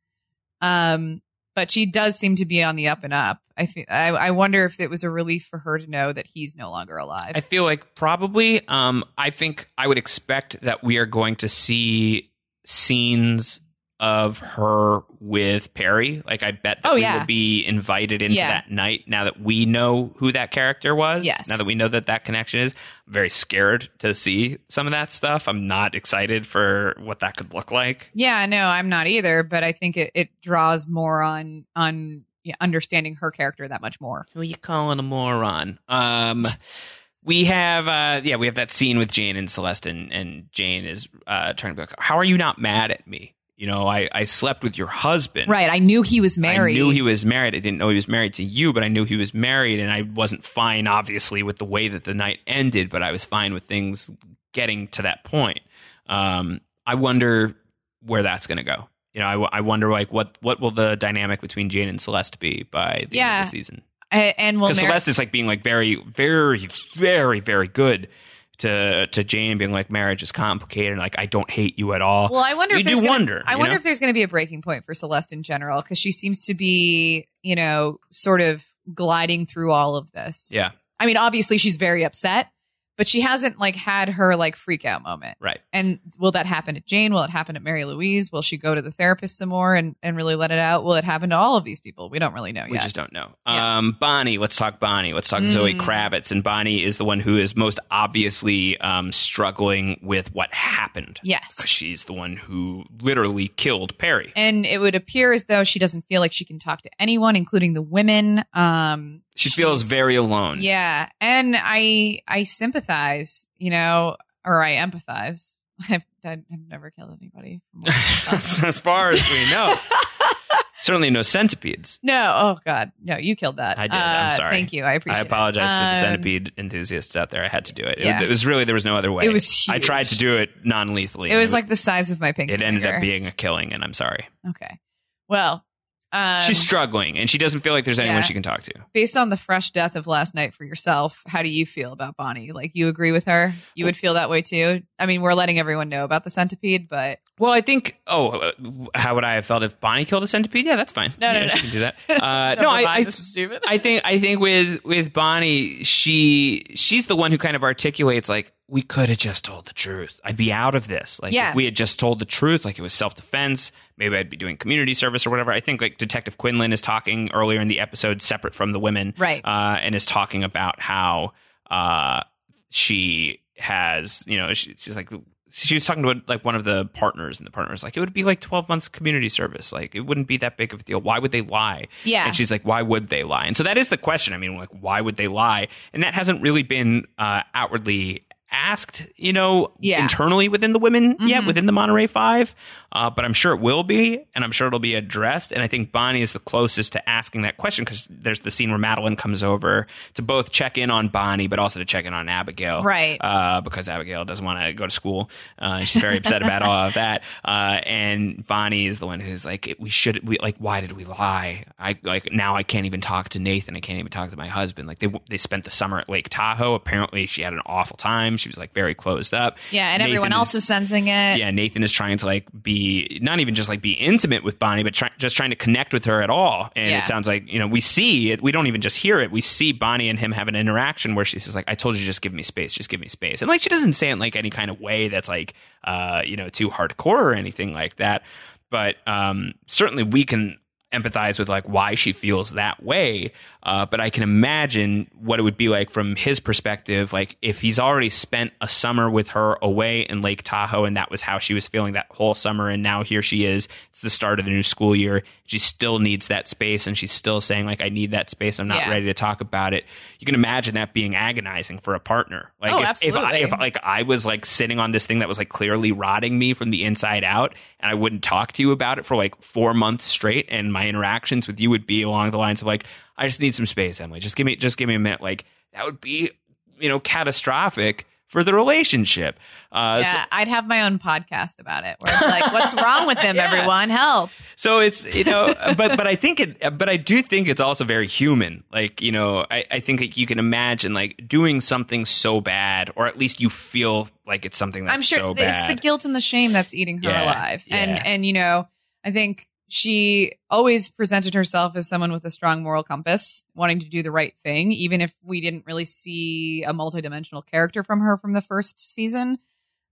[SPEAKER 2] Um, but she does seem to be on the up and up. I fe- I, I wonder if it was a relief for her to know that he's no longer alive.
[SPEAKER 1] I feel like probably. Um, I think I would expect that we are going to see scenes of her with Perry. Like I bet that
[SPEAKER 2] Oh,
[SPEAKER 1] we
[SPEAKER 2] yeah.
[SPEAKER 1] will be invited into
[SPEAKER 2] Yeah.
[SPEAKER 1] that night now that we know who that character was.
[SPEAKER 2] Yes.
[SPEAKER 1] Now that we know that that connection is, I'm very scared to see some of that stuff. I'm not excited for what that could look like.
[SPEAKER 2] yeah, no, I'm not either. But I think it, it draws more on on yeah, understanding her character that much more.
[SPEAKER 1] Who you calling a moron? Um, we have, uh, yeah, we have that scene with Jane and Celeste, and, and Jane is uh, trying to be like, "How are you not mad at me? You know, I, I slept with your husband.
[SPEAKER 2] Right. I knew he was
[SPEAKER 1] I
[SPEAKER 2] married.
[SPEAKER 1] knew he was married. I didn't know he was married to you, but I knew he was married, and I wasn't fine, obviously, with the way that the night ended. But I was fine with things getting to that point. Um, I wonder where that's going to go. You know, I, w- I wonder like what what will the dynamic between Jane and Celeste be by the end
[SPEAKER 2] Yeah.
[SPEAKER 1] of the season?
[SPEAKER 2] A- and will
[SPEAKER 1] because
[SPEAKER 2] Mar-
[SPEAKER 1] Celeste is like being like very, very, very, very good to to Jane, being like marriage is complicated. and, Like I don't hate you at *laughs* all.
[SPEAKER 2] Well, I wonder
[SPEAKER 1] you
[SPEAKER 2] if
[SPEAKER 1] do
[SPEAKER 2] there's gonna,
[SPEAKER 1] wonder.
[SPEAKER 2] I
[SPEAKER 1] you
[SPEAKER 2] wonder
[SPEAKER 1] know?
[SPEAKER 2] if there's going to be a breaking point for Celeste in general because she seems to be, you know, sort of gliding through all of this.
[SPEAKER 1] yeah,
[SPEAKER 2] I mean, obviously she's very upset, but she hasn't like had her like freak out moment.
[SPEAKER 1] right.
[SPEAKER 2] And will that happen at Jane? Will it happen at Mary Louise? Will she go to the therapist some more and, and really let it out? Will it happen to all of these people? We don't really know
[SPEAKER 1] We
[SPEAKER 2] yet.
[SPEAKER 1] just don't know.
[SPEAKER 2] Yeah.
[SPEAKER 1] Um, Bonnie, let's talk Bonnie. Let's talk Zoe
[SPEAKER 2] Mm.
[SPEAKER 1] Kravitz. And Bonnie is the one who is most obviously um, struggling with what happened.
[SPEAKER 2] yes.
[SPEAKER 1] 'Cause She's the one who literally killed Perry.
[SPEAKER 2] and it would appear as though she doesn't feel like she can talk to anyone, including the women. Um,
[SPEAKER 1] She feels
[SPEAKER 2] she's-
[SPEAKER 1] very alone.
[SPEAKER 2] Yeah, and I I sympathize, you know, or I empathize. *laughs* I've, I've never killed anybody.
[SPEAKER 1] *laughs* *laughs* as far as we
[SPEAKER 2] *laughs*
[SPEAKER 1] know, certainly no centipedes.
[SPEAKER 2] no, oh god, no, you killed that.
[SPEAKER 1] I did, I'm
[SPEAKER 2] Uh,
[SPEAKER 1] sorry.
[SPEAKER 2] Thank you. I appreciate.
[SPEAKER 1] I apologize to the
[SPEAKER 2] it. Um,
[SPEAKER 1] centipede enthusiasts out there. I had to do it. It,
[SPEAKER 2] yeah.
[SPEAKER 1] it was really there was no other way.
[SPEAKER 2] It was
[SPEAKER 1] I tried to
[SPEAKER 2] huge.
[SPEAKER 1] do it non-lethally.
[SPEAKER 2] It was like the size of my
[SPEAKER 1] it
[SPEAKER 2] pinky.
[SPEAKER 1] ended up
[SPEAKER 2] finger.
[SPEAKER 1] being a killing, and I'm sorry.
[SPEAKER 2] okay. Well, um,
[SPEAKER 1] She's struggling, and she doesn't feel like there's anyone
[SPEAKER 2] Yeah.
[SPEAKER 1] she can talk to.
[SPEAKER 2] based on the fresh death of last night for yourself. How do you feel about Bonnie? Like, you agree with her? You would feel that way too. I mean, we're letting everyone know about the centipede, but
[SPEAKER 1] Well, I think. Oh, uh, how would I have felt if Bonnie killed a centipede? Yeah, that's fine.
[SPEAKER 2] No, no,
[SPEAKER 1] yeah,
[SPEAKER 2] no.
[SPEAKER 1] she can do
[SPEAKER 2] *laughs*
[SPEAKER 1] that. Uh, no,
[SPEAKER 2] Never
[SPEAKER 1] I,
[SPEAKER 2] mind,
[SPEAKER 1] I
[SPEAKER 2] this is stupid.
[SPEAKER 1] *laughs* I think I think with with Bonnie, she she's the one who kind of articulates like we could have just told the truth. I'd be out of this. Like
[SPEAKER 2] Yeah.
[SPEAKER 1] if we had just told the truth, like it was self defense. Maybe I'd be doing community service or whatever. I think like Detective Quinlan is talking earlier in the episode, separate from the women,
[SPEAKER 2] right.
[SPEAKER 1] uh, and is talking about how uh, she has, you know, she, she's like, she was talking to like one of the partners, and the partner was like, it would be like 12 months community service. Like, it wouldn't be that big of a deal. Why would they lie?
[SPEAKER 2] yeah.
[SPEAKER 1] And she's like, why would they lie? And so that is the question. I mean, like, why would they lie? And that hasn't really been uh, outwardly asked, you know,
[SPEAKER 2] Yeah.
[SPEAKER 1] internally within the women yet,
[SPEAKER 2] Mhm.
[SPEAKER 1] within the Monterey Five. Uh, but I'm sure it will be, and I'm sure it'll be addressed. And I think Bonnie is the closest to asking that question because there's the scene where Madeline comes over to both check in on Bonnie, but also to check in on Abigail
[SPEAKER 2] Right.
[SPEAKER 1] uh, because Abigail doesn't want to go to school. Uh, and she's very upset about all of that. *laughs* Uh, and Bonnie is the one who's like, "It- "We should, we like, why did we lie? I like now I can't even talk to Nathan. I can't even talk to my husband. Like they they spent the summer at Lake Tahoe. Apparently, she had an awful time. She was like very closed up.
[SPEAKER 2] Yeah, and
[SPEAKER 1] Nathan
[SPEAKER 2] everyone else is, sensing it.
[SPEAKER 1] Yeah, Nathan is trying to like be not even just like be intimate with Bonnie, but try, just trying to connect with her at all. And
[SPEAKER 2] Yeah.
[SPEAKER 1] it sounds like you know we see it. We don't even just hear it. We see Bonnie and him have an interaction where she says like, "I told you, just give me space, just give me space." And like she doesn't say it in like any kind of way that's like uh, you know too hardcore or anything like that. But um, certainly we can empathize with like why she feels that way uh, but i can imagine what it would be like from his perspective like if he's already spent a summer with her away in lake tahoe and that was how she was feeling that whole summer and now here she is it's the start of the new school year she still needs that space and she's still saying like i need that space i'm not
[SPEAKER 2] Yeah.
[SPEAKER 1] ready to talk about it you can imagine that being agonizing for a partner like
[SPEAKER 2] Oh,
[SPEAKER 1] if, if, I,
[SPEAKER 2] absolutely.
[SPEAKER 1] if like i was like sitting on this thing that was like clearly rotting me from the inside out and i wouldn't talk to you about it for like four months straight and my interactions with you would be along the lines of like i just need some space emily just give me just give me a minute like that would be you know, catastrophic for the relationship. Uh, so-
[SPEAKER 2] yeah, I'd have my own podcast about it. Where it's like, what's wrong with
[SPEAKER 1] *laughs*
[SPEAKER 2] them?
[SPEAKER 1] Yeah.
[SPEAKER 2] Everyone, help!
[SPEAKER 1] So it's you
[SPEAKER 2] *laughs*
[SPEAKER 1] know, but but I think it, but I do think it's also very human. Like you know, I, I think that you can imagine like doing something so bad, or at least you feel like it's something that's
[SPEAKER 2] I'm sure
[SPEAKER 1] so
[SPEAKER 2] th-
[SPEAKER 1] bad.
[SPEAKER 2] it's the guilt and the shame that's eating her
[SPEAKER 1] Yeah,
[SPEAKER 2] alive.
[SPEAKER 1] yeah.
[SPEAKER 2] And and you know, I think she always presented herself as someone with a strong moral compass, wanting to do the right thing, even if we didn't really see a multidimensional character from her from the first season.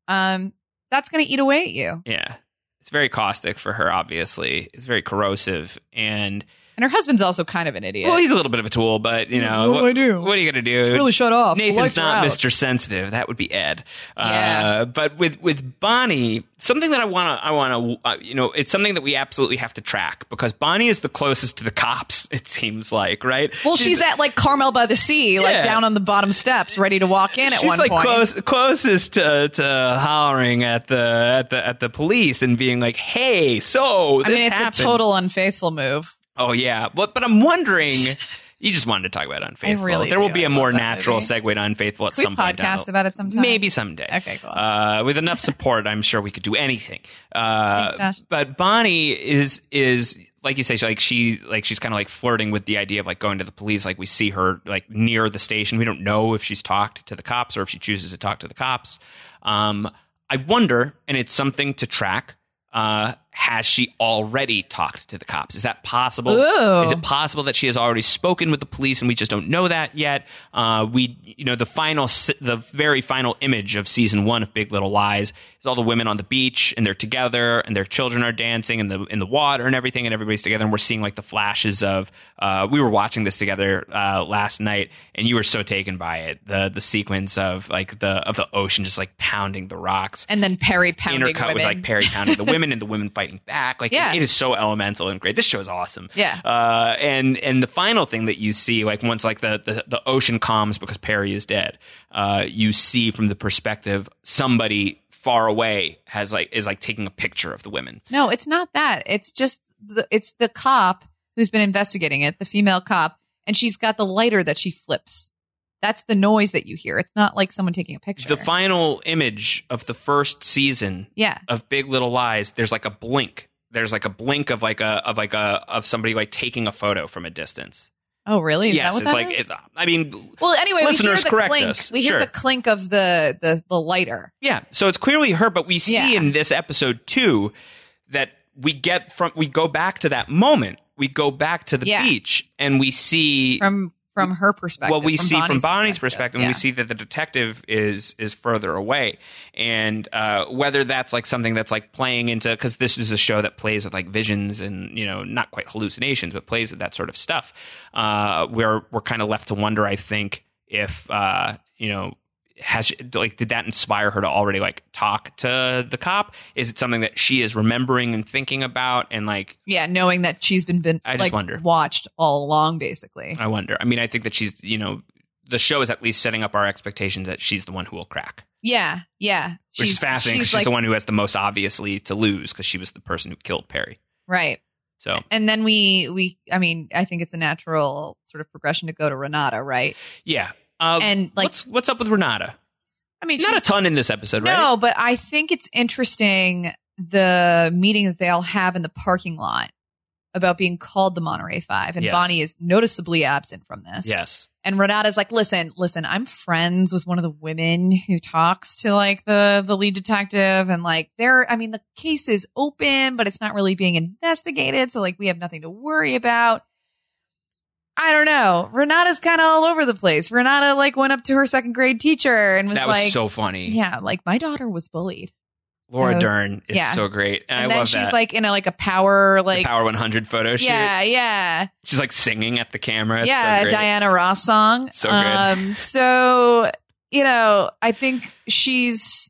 [SPEAKER 2] Um, that's going to eat away at you.
[SPEAKER 1] yeah, it's very caustic for her. Obviously, it's very corrosive, and
[SPEAKER 2] And her husband's also kind of an idiot.
[SPEAKER 1] well, he's a little bit of a tool, but you know,
[SPEAKER 2] what do I do?
[SPEAKER 1] What are you gonna do?
[SPEAKER 2] Just really shut off. The lights
[SPEAKER 1] Nathan's
[SPEAKER 2] are
[SPEAKER 1] not
[SPEAKER 2] out.
[SPEAKER 1] Mr. Sensitive. That would be Ed.
[SPEAKER 2] Yeah.
[SPEAKER 1] Uh, but with with Bonnie, something that I want to I want to uh, you know, it's something that we absolutely have to track because Bonnie is the closest to the cops. *laughs* It seems like right.
[SPEAKER 2] Well, she's, at like Carmel by the Sea,
[SPEAKER 1] Yeah.
[SPEAKER 2] like down on the bottom steps, ready to walk in at
[SPEAKER 1] She's
[SPEAKER 2] one
[SPEAKER 1] like
[SPEAKER 2] point.
[SPEAKER 1] close, closest to, to hollering at the at the at the police and being like, "Hey, so
[SPEAKER 2] I
[SPEAKER 1] this
[SPEAKER 2] mean, it's
[SPEAKER 1] happened."
[SPEAKER 2] a total unfaithful move.
[SPEAKER 1] Oh yeah, but but I'm wondering. you just wanted to talk about unfaithful.
[SPEAKER 2] really
[SPEAKER 1] there will
[SPEAKER 2] do.
[SPEAKER 1] be
[SPEAKER 2] I
[SPEAKER 1] a more
[SPEAKER 2] love that
[SPEAKER 1] natural
[SPEAKER 2] movie.
[SPEAKER 1] segue to unfaithful at
[SPEAKER 2] Can we
[SPEAKER 1] some point. down
[SPEAKER 2] podcast
[SPEAKER 1] the-
[SPEAKER 2] about it sometime?
[SPEAKER 1] Maybe someday.
[SPEAKER 2] Okay, cool.
[SPEAKER 1] Uh, with
[SPEAKER 2] *laughs*
[SPEAKER 1] enough support, I'm sure we could do anything. Uh,
[SPEAKER 2] Thanks, Josh.
[SPEAKER 1] but Bonnie is is like you say, she, like she like she's kind of like flirting with the idea of like going to the police. Like we see her like near the station. We don't know if she's talked to the cops or if she chooses to talk to the cops. Um, I wonder, and it's something to track. Uh, has she already talked to the cops? Is that possible?
[SPEAKER 2] Ooh.
[SPEAKER 1] Is it possible that she has already spoken with the police and we just don't know that yet. Uh, we, you know, the final, se- the very final image of season one of Big Little Lies is all the women on the beach and they're together and their children are dancing in the in the water and everything and everybody's together and we're seeing like the flashes of. Uh, we were watching this together uh, last night and you were so taken by it the the sequence of like the of the ocean just like pounding the rocks
[SPEAKER 2] And then Perry pounding
[SPEAKER 1] intercut
[SPEAKER 2] women.
[SPEAKER 1] with like Perry pounding
[SPEAKER 2] *laughs*
[SPEAKER 1] the women and the women fighting back. Like
[SPEAKER 2] Yeah.
[SPEAKER 1] it is so elemental and great. This show is awesome.
[SPEAKER 2] Yeah.
[SPEAKER 1] Uh, and and the final thing that you see, like once like the the, the ocean calms because Perry is dead, uh, you see from the perspective somebody far away has like is like taking a picture of the women.
[SPEAKER 2] no, it's not that. It's just the, it's the cop who's been investigating it, the female cop, and she's got the lighter that she flips. That's the noise that you hear. It's not like someone taking a picture.
[SPEAKER 1] The final image of the first season
[SPEAKER 2] yeah.
[SPEAKER 1] of Big Little Lies, there's like a blink. There's like a blink of like a of like a of somebody like taking a photo from a distance.
[SPEAKER 2] Oh, really? Is
[SPEAKER 1] yes,
[SPEAKER 2] that what
[SPEAKER 1] it's
[SPEAKER 2] that
[SPEAKER 1] like
[SPEAKER 2] is?
[SPEAKER 1] it, I mean,
[SPEAKER 2] well, anyway, we hear
[SPEAKER 1] Listeners,
[SPEAKER 2] the
[SPEAKER 1] correct
[SPEAKER 2] clink.
[SPEAKER 1] us.
[SPEAKER 2] We hear
[SPEAKER 1] Sure.
[SPEAKER 2] the clink of the the, the lighter.
[SPEAKER 1] Yeah. So it's clearly her, but we see
[SPEAKER 2] Yeah.
[SPEAKER 1] in this episode too that we get from we go back to that moment. We go back to the
[SPEAKER 2] Yeah.
[SPEAKER 1] beach and we see
[SPEAKER 2] from from her perspective.
[SPEAKER 1] what we
[SPEAKER 2] from
[SPEAKER 1] see from
[SPEAKER 2] Bonnie's
[SPEAKER 1] Bonnie's perspective,
[SPEAKER 2] Yeah.
[SPEAKER 1] and we see that the detective is is further away, and uh, whether that's like something that's like playing into because this is a show that plays with like visions and you know not quite hallucinations, but plays with that sort of stuff. Uh, where we're kind of left to wonder, I think, if uh, you know. Has she, like did that inspire her to already like talk to the cop? Is it something that she is remembering and thinking about? And like,
[SPEAKER 2] yeah, knowing that she's been been
[SPEAKER 1] I just
[SPEAKER 2] like
[SPEAKER 1] wonder.
[SPEAKER 2] watched all along, basically.
[SPEAKER 1] I wonder. I mean, I think that she's you know the show is at least setting up our expectations that she's the one who will crack.
[SPEAKER 2] Yeah, yeah.
[SPEAKER 1] which is fascinating. 'cause She's,
[SPEAKER 2] like,
[SPEAKER 1] the one who has the most obviously to lose because she was the person who killed Perry.
[SPEAKER 2] right.
[SPEAKER 1] So
[SPEAKER 2] And then we we I mean I think it's a natural sort of progression to go to Renata, right?
[SPEAKER 1] yeah, uh,
[SPEAKER 2] and like
[SPEAKER 1] what's what's up with Renata?
[SPEAKER 2] I mean
[SPEAKER 1] Not a
[SPEAKER 2] she's-
[SPEAKER 1] ton in this episode, right?
[SPEAKER 2] no, but I think it's interesting the meeting that they all have in the parking lot about being called the Monterey Five, and
[SPEAKER 1] Yes.
[SPEAKER 2] Bonnie is noticeably absent from this.
[SPEAKER 1] Yes.
[SPEAKER 2] And Renata's like, listen, listen, I'm friends with one of the women who talks to like the the lead detective, and like they're, I mean, the case is open, but it's not really being investigated, so like we have nothing to worry about. I don't know. Renata's kind of all over the place. Renata like went up to her second grade teacher and was
[SPEAKER 1] that was
[SPEAKER 2] like,
[SPEAKER 1] so funny.
[SPEAKER 2] yeah, like my daughter was bullied,
[SPEAKER 1] Laura
[SPEAKER 2] So-
[SPEAKER 1] Dern is
[SPEAKER 2] yeah.
[SPEAKER 1] so great, and,
[SPEAKER 2] and
[SPEAKER 1] I
[SPEAKER 2] then
[SPEAKER 1] love
[SPEAKER 2] she's
[SPEAKER 1] that.
[SPEAKER 2] like in a like a power
[SPEAKER 1] The
[SPEAKER 2] like.
[SPEAKER 1] Power 100 photo shoot.
[SPEAKER 2] yeah, yeah.
[SPEAKER 1] She's like singing at the camera. It's so
[SPEAKER 2] yeah,
[SPEAKER 1] great.
[SPEAKER 2] Diana Ross song.
[SPEAKER 1] So good.
[SPEAKER 2] Um, so you know, I think she's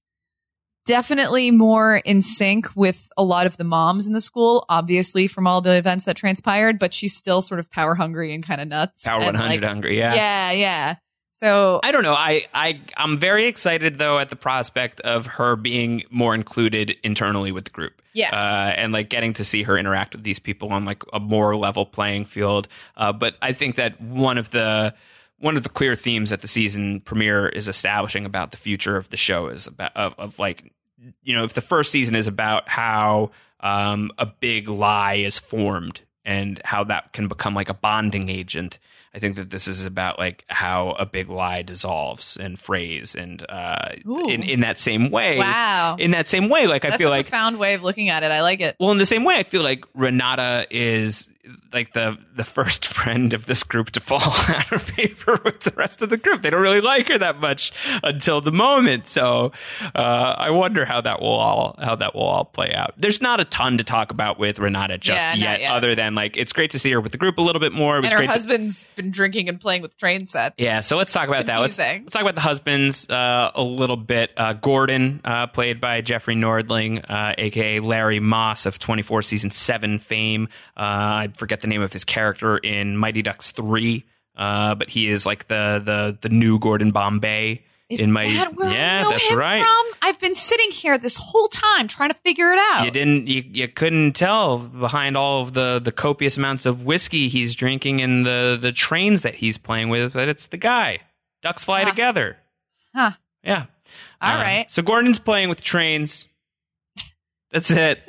[SPEAKER 2] definitely more in sync with a lot of the moms in the school, obviously from all the events that transpired. But she's still sort of power hungry and kind of nuts.
[SPEAKER 1] Power
[SPEAKER 2] and,
[SPEAKER 1] 100
[SPEAKER 2] like,
[SPEAKER 1] hungry.
[SPEAKER 2] yeah, yeah. So
[SPEAKER 1] I don't know. I, I I'm very excited though at the prospect of her being more included internally with the group.
[SPEAKER 2] Yeah.
[SPEAKER 1] Uh, and like getting to see her interact with these people on like a more level playing field. Uh, but I think that one of the one of the clear themes that the season premiere is establishing about the future of the show is about of, of like you know if the first season is about how um, a big lie is formed and how that can become like a bonding agent i think that this is about like how a big lie dissolves and frays and uh,
[SPEAKER 2] Ooh.
[SPEAKER 1] in, in that same way
[SPEAKER 2] Wow.
[SPEAKER 1] in that same way like i
[SPEAKER 2] That's
[SPEAKER 1] feel
[SPEAKER 2] a
[SPEAKER 1] like
[SPEAKER 2] profound way of looking at it. I like it.
[SPEAKER 1] well, in the same way, I feel like Renata is like the the first *laughs* friend of this group to fall *laughs* out of favor with the rest of the group. They don't really like her that much until the moment. So uh, I wonder how that will all how that will all play out. There's not a ton to talk about with Renata just
[SPEAKER 2] Yeah, not
[SPEAKER 1] yet,
[SPEAKER 2] yet.
[SPEAKER 1] other than like it's great to see her with the group a little bit more. It was
[SPEAKER 2] And her
[SPEAKER 1] great to
[SPEAKER 2] husband's been drinking and playing with train sets.
[SPEAKER 1] yeah, so let's talk about that. Let's,
[SPEAKER 2] Confusing.
[SPEAKER 1] let's talk about the husbands uh, a little bit. Uh, Gordon, uh, played by Jeffrey Nordling, uh, aka Larry Moss of 24 season seven fame. Uh, I forget the name of his character in Mighty Ducks three, uh, but he is like the the the new Gordon Bombay
[SPEAKER 2] Is
[SPEAKER 1] in Mighty.
[SPEAKER 2] that where I
[SPEAKER 1] yeah,
[SPEAKER 2] know
[SPEAKER 1] that's
[SPEAKER 2] him
[SPEAKER 1] right.
[SPEAKER 2] From? I've been sitting here this whole time trying to figure it out.
[SPEAKER 1] You didn't. You, you couldn't tell behind all of the, the copious amounts of whiskey he's drinking and the, the trains that he's playing with that it's the guy. Ducks fly
[SPEAKER 2] Huh.
[SPEAKER 1] together.
[SPEAKER 2] Huh.
[SPEAKER 1] Yeah.
[SPEAKER 2] All
[SPEAKER 1] All right.
[SPEAKER 2] right.
[SPEAKER 1] So Gordon's playing with
[SPEAKER 2] *laughs*
[SPEAKER 1] trains. That's it.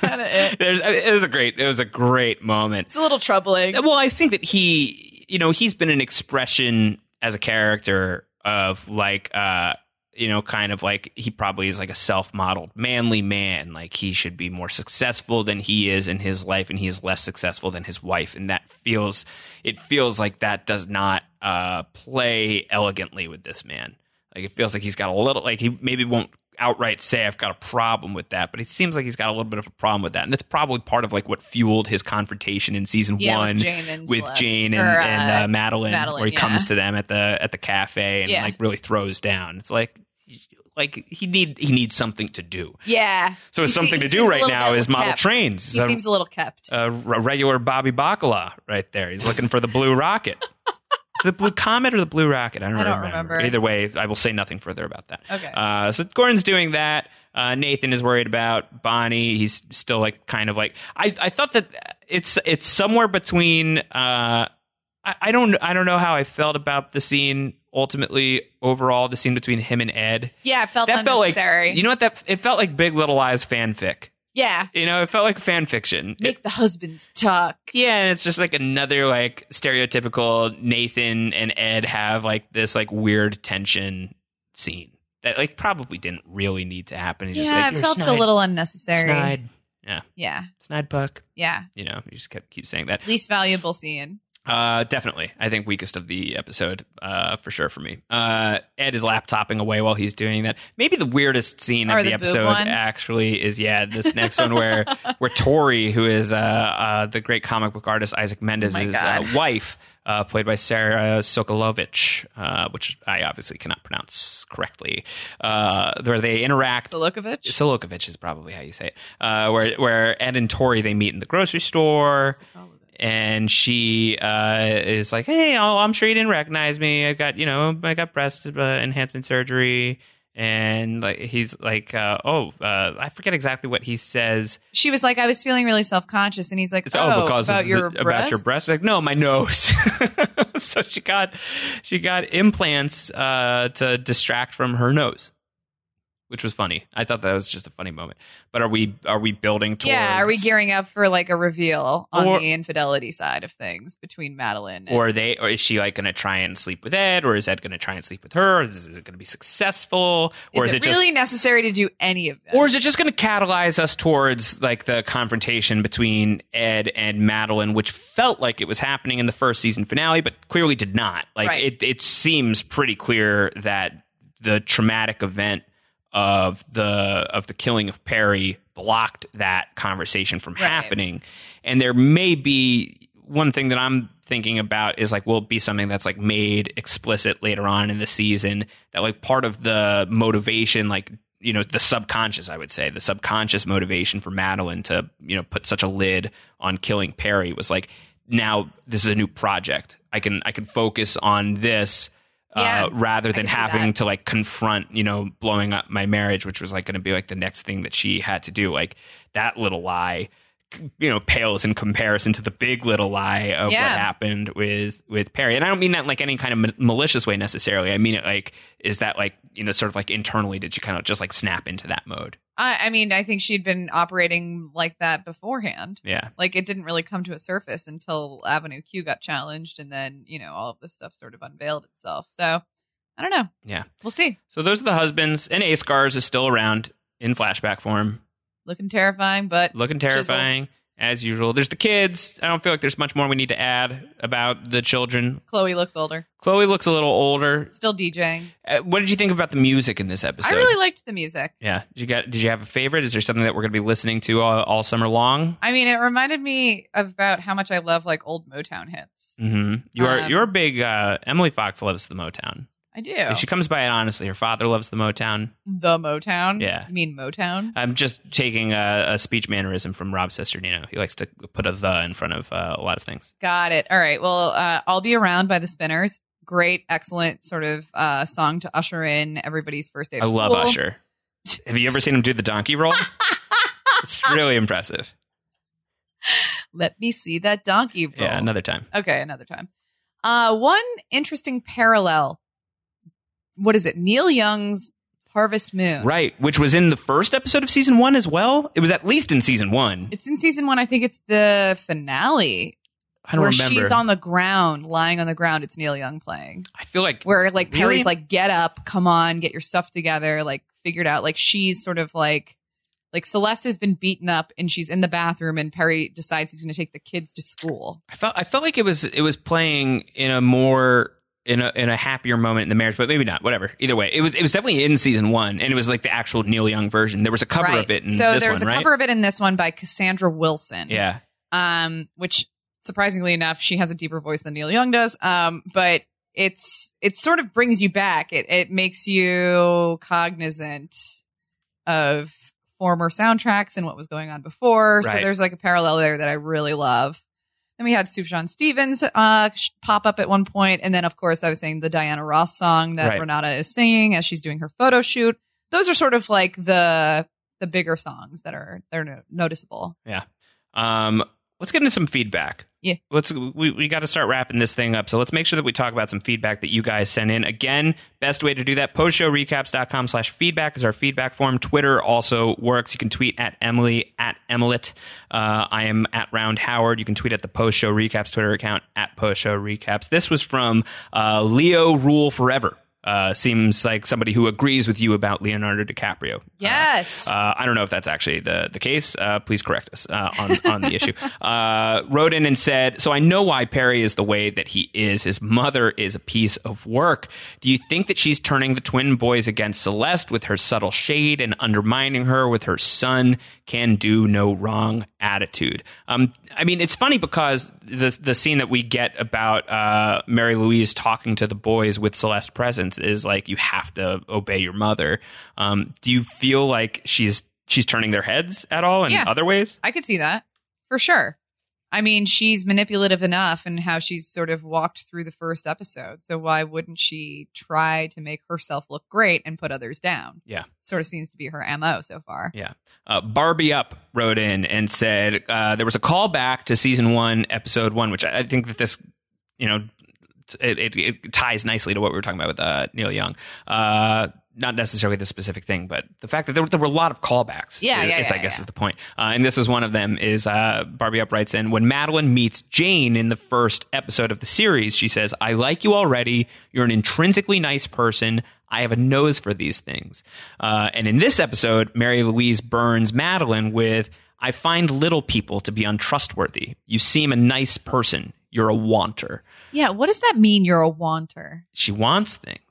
[SPEAKER 2] Kinda
[SPEAKER 1] *laughs*
[SPEAKER 2] it.
[SPEAKER 1] There's, it was a great. It was a great moment.
[SPEAKER 2] It's a little troubling.
[SPEAKER 1] Uh, Well, I think that he, you know, he's been an expression as a character of like, uh, you know, kind of like he probably is like a self modeled manly man. Like he should be more successful than he is in his life, and he is less successful than his wife. And that feels, it feels like that does not uh, play elegantly with this man. Like it feels like he's got a little, like he maybe won't outright say I've got a problem with that, but it seems like he's got a little bit of a problem with that, and that's probably part of like what fueled his confrontation in season
[SPEAKER 2] Yeah, with
[SPEAKER 1] one
[SPEAKER 2] Jane and
[SPEAKER 1] with
[SPEAKER 2] Celeste.
[SPEAKER 1] Jane and,
[SPEAKER 2] Or, uh,
[SPEAKER 1] and uh, Madeline,
[SPEAKER 2] Madeline,
[SPEAKER 1] where he
[SPEAKER 2] yeah.
[SPEAKER 1] comes to them at the at the cafe and
[SPEAKER 2] Yeah.
[SPEAKER 1] like really throws down. It's like like he need he needs something to do.
[SPEAKER 2] yeah.
[SPEAKER 1] So it's
[SPEAKER 2] He
[SPEAKER 1] something to
[SPEAKER 2] se- he
[SPEAKER 1] do
[SPEAKER 2] seems a
[SPEAKER 1] right
[SPEAKER 2] little
[SPEAKER 1] now
[SPEAKER 2] bit
[SPEAKER 1] is model
[SPEAKER 2] kept.
[SPEAKER 1] trains.
[SPEAKER 2] He
[SPEAKER 1] a,
[SPEAKER 2] seems a little kept.
[SPEAKER 1] a r- regular Bobby Bacala right there. He's looking for the blue rocket. Is it the blue comet or the blue rocket? I don't,
[SPEAKER 2] I don't remember.
[SPEAKER 1] Either way, I will say nothing further about that.
[SPEAKER 2] Okay.
[SPEAKER 1] Uh, so Gordon's doing that. Uh, Nathan is worried about Bonnie. He's still like kind of like I. I thought that it's it's somewhere between. Uh, I, I don't I don't know how I felt about the scene ultimately overall the scene between him and Ed.
[SPEAKER 2] yeah, it felt
[SPEAKER 1] That felt like
[SPEAKER 2] unnecessary.
[SPEAKER 1] you know what that it felt like Big Little Lies fanfic.
[SPEAKER 2] yeah.
[SPEAKER 1] You know it felt like fan fiction. It-
[SPEAKER 2] Make the husbands talk.
[SPEAKER 1] yeah, and it's just like another like stereotypical Nathan and Ed have like this like weird tension scene that like probably didn't really need to happen. It's just
[SPEAKER 2] Yeah,
[SPEAKER 1] like,
[SPEAKER 2] it
[SPEAKER 1] "You're
[SPEAKER 2] felt
[SPEAKER 1] snide,
[SPEAKER 2] a little unnecessary.
[SPEAKER 1] snide, yeah,
[SPEAKER 2] Yeah,
[SPEAKER 1] snide puck.
[SPEAKER 2] yeah.
[SPEAKER 1] You know, you just kept keep saying that.
[SPEAKER 2] Least valuable scene.
[SPEAKER 1] Uh, definitely, I think weakest of the episode, uh, for sure for me. Uh, Ed is laptopping away while he's doing that. Maybe the weirdest scene
[SPEAKER 2] Or
[SPEAKER 1] of the,
[SPEAKER 2] the boob
[SPEAKER 1] episode
[SPEAKER 2] one.
[SPEAKER 1] actually is yeah, this next one
[SPEAKER 2] *laughs*
[SPEAKER 1] where where Tori, who is uh, uh the great comic book artist Isaac
[SPEAKER 2] Oh my
[SPEAKER 1] Mendez's uh,
[SPEAKER 2] God.
[SPEAKER 1] wife, uh, played by Sarah Sokolovich, uh, which I obviously cannot pronounce correctly, uh, where they interact
[SPEAKER 2] Solokovich.
[SPEAKER 1] Solokovich is probably how you say it. Uh, where where Ed and Tori they meet in the grocery store, and she uh, is like, "Hey, oh, I'm sure you didn't recognize me. I got you know I got breast uh, enhancement surgery." And like he's like, uh, "Oh, uh, I forget exactly what he says."
[SPEAKER 2] She was like, I was feeling really self conscious, and he's like,
[SPEAKER 1] It's
[SPEAKER 2] Oh,
[SPEAKER 1] oh, because
[SPEAKER 2] about
[SPEAKER 1] of
[SPEAKER 2] your
[SPEAKER 1] the, about your breast.
[SPEAKER 2] breasts?"
[SPEAKER 1] Like, no, my nose. *laughs* so she got she got implants uh, to distract from her nose. Which was funny. I thought that was just a funny moment. But are we are we building towards?
[SPEAKER 2] Yeah, are we gearing up for like a reveal on
[SPEAKER 1] Or-
[SPEAKER 2] the infidelity side of things between Madeline and
[SPEAKER 1] Or are they or is she like going to try and sleep with Ed, or is Ed going to try and sleep with her? Is it going to be successful, or is,
[SPEAKER 2] is, it, really necessary to do any of that?
[SPEAKER 1] just or is it just going to catalyze us towards like the confrontation between Ed and Madeline, which felt like it was happening in the first season finale, but clearly did not. Like
[SPEAKER 2] Right.
[SPEAKER 1] it, it seems pretty clear that the traumatic event of the of the killing of Perry blocked that conversation from
[SPEAKER 2] Right.
[SPEAKER 1] happening. And there may be one thing that I'm thinking about is like will it be something that's like made explicit later on in the season that like part of the motivation like you know the subconscious I would say the subconscious motivation for Madeline to you know put such a lid on killing Perry was like now this is a new project I can I can focus on this
[SPEAKER 2] Yeah.
[SPEAKER 1] uh, rather than
[SPEAKER 2] can see
[SPEAKER 1] having
[SPEAKER 2] that.
[SPEAKER 1] to like confront, you know, blowing up my marriage, which was like going to be like the next thing that she had to do. Like that little lie you know pales in comparison to the big little lie of
[SPEAKER 2] Yeah.
[SPEAKER 1] what happened with with Perry. And I don't mean that in like any kind of ma- malicious way necessarily. I mean it like is that like you know sort of like internally did you kind of just like snap into that mode?
[SPEAKER 2] I, I mean, I think she'd been operating like that beforehand.
[SPEAKER 1] Yeah.
[SPEAKER 2] Like it didn't really come to a surface until Avenue Q got challenged, and then you know all of this stuff sort of unveiled itself. So I don't know.
[SPEAKER 1] Yeah.
[SPEAKER 2] we'll see.
[SPEAKER 1] So those are the husbands and Ace Scars is still around in flashback form,
[SPEAKER 2] Looking terrifying, but
[SPEAKER 1] looking
[SPEAKER 2] Chiseled.
[SPEAKER 1] terrifying as usual. There's the kids. I don't feel like there's much more we need to add about the children.
[SPEAKER 2] Chloe looks older.
[SPEAKER 1] Chloe looks a little older.
[SPEAKER 2] Still DJing.
[SPEAKER 1] Uh, What did you think about the music in this episode?
[SPEAKER 2] I really liked the music.
[SPEAKER 1] Yeah. Did you got? Did you have a favorite? Is there something that we're going to be listening to all, all summer long?
[SPEAKER 2] I mean, it reminded me about how much I love like old Motown hits.
[SPEAKER 1] hmm You are.
[SPEAKER 2] Um,
[SPEAKER 1] you're a big. Uh, Emily Fox loves the Motown.
[SPEAKER 2] I do.
[SPEAKER 1] She comes by it honestly. Her father loves the Motown.
[SPEAKER 2] the Motown.
[SPEAKER 1] Yeah.
[SPEAKER 2] You mean Motown?
[SPEAKER 1] I'm just taking a, a speech mannerism from Rob Sesternino. He likes to put a the in front of uh, a lot of things.
[SPEAKER 2] Got it. All right. Well, uh, I'll be around by the Spinners. Great, excellent sort of uh, song to usher in everybody's first day. Of
[SPEAKER 1] I love
[SPEAKER 2] school.
[SPEAKER 1] Usher. Have you ever seen him do the donkey
[SPEAKER 2] *laughs*
[SPEAKER 1] roll? it's really impressive.
[SPEAKER 2] Let me see that donkey roll.
[SPEAKER 1] Yeah, another time.
[SPEAKER 2] okay, another time. Uh, one interesting parallel. What is it? Neil Young's Harvest Moon.
[SPEAKER 1] Right, which was in the first episode of season one as well. It was at least in season one.
[SPEAKER 2] It's in season one. I think it's the finale
[SPEAKER 1] I don't
[SPEAKER 2] where
[SPEAKER 1] remember.
[SPEAKER 2] she's on the ground, lying on the ground. It's Neil Young playing.
[SPEAKER 1] I feel like
[SPEAKER 2] Where like
[SPEAKER 1] Really?
[SPEAKER 2] Perry's like, get up, come on, get your stuff together, like figured out. Like she's sort of like, like Celeste has been beaten up and she's in the bathroom and Perry decides he's going to take the kids to school.
[SPEAKER 1] I felt I felt like it was it was playing in a more in a in a happier moment in the marriage, but maybe not. Whatever. Either way, it was it was definitely in season one, and it was like the actual Neil Young version. There was a cover
[SPEAKER 2] right.
[SPEAKER 1] of it in
[SPEAKER 2] so
[SPEAKER 1] this
[SPEAKER 2] there's
[SPEAKER 1] one,
[SPEAKER 2] a
[SPEAKER 1] right?
[SPEAKER 2] cover of it in this one by Cassandra Wilson.
[SPEAKER 1] yeah,
[SPEAKER 2] um, which surprisingly enough, she has a deeper voice than Neil Young does. Um, but it's it sort of brings you back. It it makes you cognizant of former soundtracks and what was going on before. So
[SPEAKER 1] Right.
[SPEAKER 2] there's like a parallel there that I really love. Then we had Sufjan Stevens uh, sh- pop up at one point, and then of course I was saying the Diana Ross song that
[SPEAKER 1] Right.
[SPEAKER 2] Renata is singing as she's doing her photo shoot. Those are sort of like the the bigger songs that are they're no- noticeable.
[SPEAKER 1] Um, let's get into some feedback.
[SPEAKER 2] Yeah.
[SPEAKER 1] Let's we, we got to start wrapping this thing up. So let's make sure that we talk about some feedback that you guys sent in. Again, best way to do that, postshowrecaps.com slash feedback is our feedback form. Twitter also works. You can tweet at Emily, at Emilet. Uh, I am at Round Howard. You can tweet at the Post Show Recaps Twitter account, at Post Show Recaps. This was from uh, Leo Rule Forever. Uh, seems like somebody who agrees with you about Leonardo DiCaprio. Uh,
[SPEAKER 2] Yes.
[SPEAKER 1] uh, I don't know if that's actually the, the case. Uh, please correct us uh, on, on the issue. Uh, wrote in and said, So I know why Perry is the way that he is. His mother is a piece of work. Do you think that she's turning the twin boys against Celeste with her subtle shade and undermining her with her son can do no wrong attitude? Um, I mean, it's funny because the, the scene that we get about uh, Mary Louise talking to the boys with Celeste presence is like, you have to obey your mother. Um, do you feel like she's she's turning their heads at all in
[SPEAKER 2] Yeah.
[SPEAKER 1] other ways?
[SPEAKER 2] I could see that for sure. I mean, she's manipulative enough and how she's sort of walked through the first episode. So why wouldn't she try to make herself look great and put others down?
[SPEAKER 1] Yeah.
[SPEAKER 2] Sort of seems to be her MO so far.
[SPEAKER 1] Uh, Barbie Up wrote in and said uh, there was a callback to season one, episode one, which I, I think that this, you know, t- it, it, it ties nicely to what we were talking about with uh, Neil Young. Uh, not necessarily the specific thing, but the fact that there, were- there were a lot of callbacks.
[SPEAKER 2] Yeah,
[SPEAKER 1] is,
[SPEAKER 2] yeah,
[SPEAKER 1] is, I
[SPEAKER 2] yeah,
[SPEAKER 1] guess
[SPEAKER 2] yeah.
[SPEAKER 1] is the point. Uh, and this was one of them. Is uh, Barbie Up writes in when Madeline meets Jane in the first episode of the series, she says, "I like you already. You're an intrinsically nice person. I have a nose for these things." Uh, and in this episode, Mary Louise burns Madeline with, "I find little people to be untrustworthy. You seem a nice person. You're a wanter.
[SPEAKER 2] Yeah. What does that mean? You're a wanter.
[SPEAKER 1] She wants things."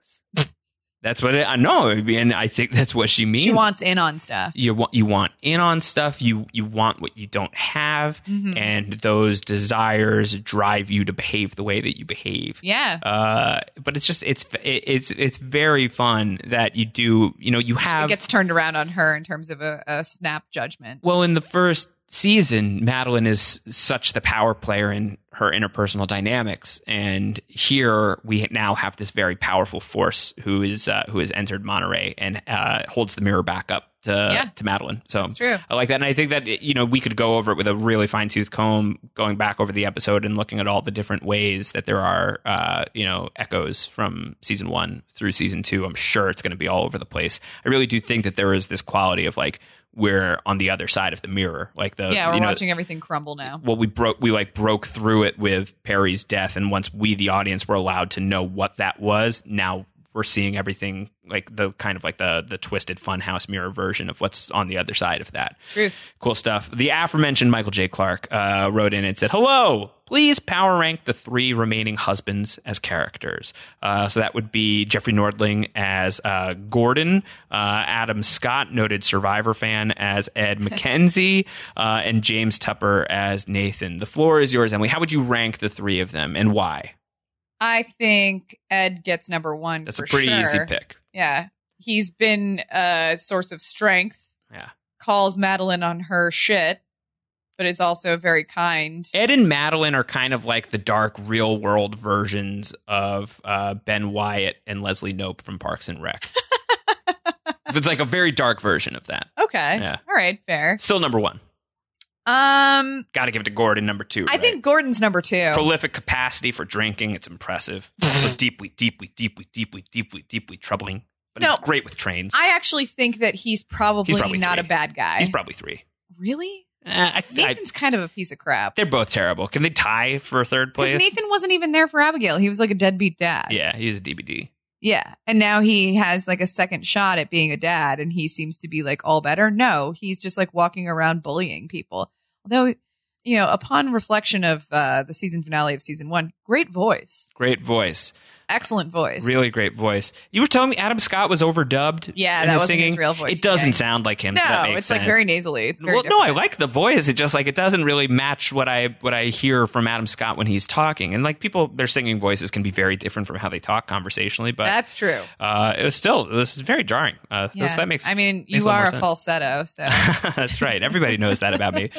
[SPEAKER 1] That's what it, I know, and I think that's what she means
[SPEAKER 2] She wants in on stuff.
[SPEAKER 1] you want you want in on stuff you you want what you don't have
[SPEAKER 2] Mhm.
[SPEAKER 1] and those desires drive you to behave the way that you behave
[SPEAKER 2] Yeah.
[SPEAKER 1] uh but it's just it's it's it's very fun that you do you know you
[SPEAKER 2] It
[SPEAKER 1] have
[SPEAKER 2] gets turned around on her in terms of a, a snap judgment.
[SPEAKER 1] well in the first season madeline is such the power player in her interpersonal dynamics and here we now have this very powerful force who is uh, who has entered monterey and uh, holds the mirror back up to to
[SPEAKER 2] Yeah.
[SPEAKER 1] to Madeline. So
[SPEAKER 2] It's true.
[SPEAKER 1] I like that, and I think that you know we could go over it with a really fine tooth comb, going back over the episode and looking at all the different ways that there are, uh, you know, echoes from season one through season two. I'm sure it's going to be all over the place. I really do think that there is this quality of like we're on the other side of the mirror, like the
[SPEAKER 2] yeah, we're
[SPEAKER 1] you know,
[SPEAKER 2] watching everything crumble now.
[SPEAKER 1] well, we broke we like broke through it with Perry's death, and once we, the audience, were allowed to know what that was, now we're seeing everything like the kind of like the the twisted funhouse mirror version of what's on the other side of that.
[SPEAKER 2] Truth.
[SPEAKER 1] Cool stuff. The aforementioned Michael J. Clark uh, wrote in and said, "Hello, please power rank the three remaining husbands as characters. Uh, so that would be Jeffrey Nordling as uh, Gordon, uh, Adam Scott, noted Survivor fan, as
[SPEAKER 2] *laughs*
[SPEAKER 1] Ed McKenzie, uh, and James Tupper as Nathan. The floor is yours, Emily. How would you rank the three of them and why?
[SPEAKER 2] I think Ed gets number one.
[SPEAKER 1] That's
[SPEAKER 2] for
[SPEAKER 1] a pretty easy
[SPEAKER 2] sure.
[SPEAKER 1] pick.
[SPEAKER 2] Yeah. He's been a source of strength.
[SPEAKER 1] Yeah.
[SPEAKER 2] Calls Madeline on her shit, but is also very kind.
[SPEAKER 1] Ed and Madeline are kind of like the dark, real world versions of uh, Ben Wyatt and Leslie Nope from Parks and
[SPEAKER 2] *laughs*
[SPEAKER 1] Rec. it's like a very dark version of that.
[SPEAKER 2] Okay.
[SPEAKER 1] Yeah.
[SPEAKER 2] All right, fair.
[SPEAKER 1] Still number one.
[SPEAKER 2] Um
[SPEAKER 1] Got to give it to Gordon, number two.
[SPEAKER 2] I
[SPEAKER 1] right?
[SPEAKER 2] think Gordon's number 2.
[SPEAKER 1] prolific capacity for drinking. It's impressive. It's
[SPEAKER 2] *laughs*
[SPEAKER 1] also deeply, deeply, deeply, deeply, deeply, deeply troubling. But
[SPEAKER 2] No.
[SPEAKER 1] it's great with trains.
[SPEAKER 2] I actually think that he's probably,
[SPEAKER 1] He's probably
[SPEAKER 2] not
[SPEAKER 1] three.
[SPEAKER 2] a bad guy.
[SPEAKER 1] He's probably three.
[SPEAKER 2] really?
[SPEAKER 1] Eh, I, I,
[SPEAKER 2] Nathan's kind of a piece of crap.
[SPEAKER 1] they're both terrible. Can they tie for third
[SPEAKER 2] Because
[SPEAKER 1] place?
[SPEAKER 2] Nathan wasn't even there for Abigail. He was like a deadbeat dad.
[SPEAKER 1] yeah, he's a DBD.
[SPEAKER 2] Yeah. And now he has like a second shot at being a dad and he seems to be like all better. No, he's just like walking around bullying people. Although, you know, upon reflection of uh, the season finale of season one, great voice,
[SPEAKER 1] Great voice.
[SPEAKER 2] excellent voice.
[SPEAKER 1] Really great voice. You were telling me Adam Scott was overdubbed.
[SPEAKER 2] Yeah,
[SPEAKER 1] in
[SPEAKER 2] that
[SPEAKER 1] the
[SPEAKER 2] wasn't
[SPEAKER 1] singing.
[SPEAKER 2] his real voice.
[SPEAKER 1] It doesn't
[SPEAKER 2] today.
[SPEAKER 1] sound like him. so that
[SPEAKER 2] No,
[SPEAKER 1] makes
[SPEAKER 2] it's like
[SPEAKER 1] sense.
[SPEAKER 2] very nasally. It's very
[SPEAKER 1] well, no, I
[SPEAKER 2] different.
[SPEAKER 1] like the voice. It just like it doesn't really match what I what I hear from Adam Scott when he's talking. And like people, their singing voices can be very different from how they talk conversationally. But
[SPEAKER 2] That's true.
[SPEAKER 1] uh, it was still this is very jarring. Uh, so
[SPEAKER 2] Yeah.
[SPEAKER 1] that makes
[SPEAKER 2] I mean,
[SPEAKER 1] makes a
[SPEAKER 2] you
[SPEAKER 1] lot
[SPEAKER 2] are
[SPEAKER 1] more
[SPEAKER 2] a
[SPEAKER 1] sense.
[SPEAKER 2] falsetto, so
[SPEAKER 1] *laughs*
[SPEAKER 2] *laughs*
[SPEAKER 1] That's right. Everybody knows that about me.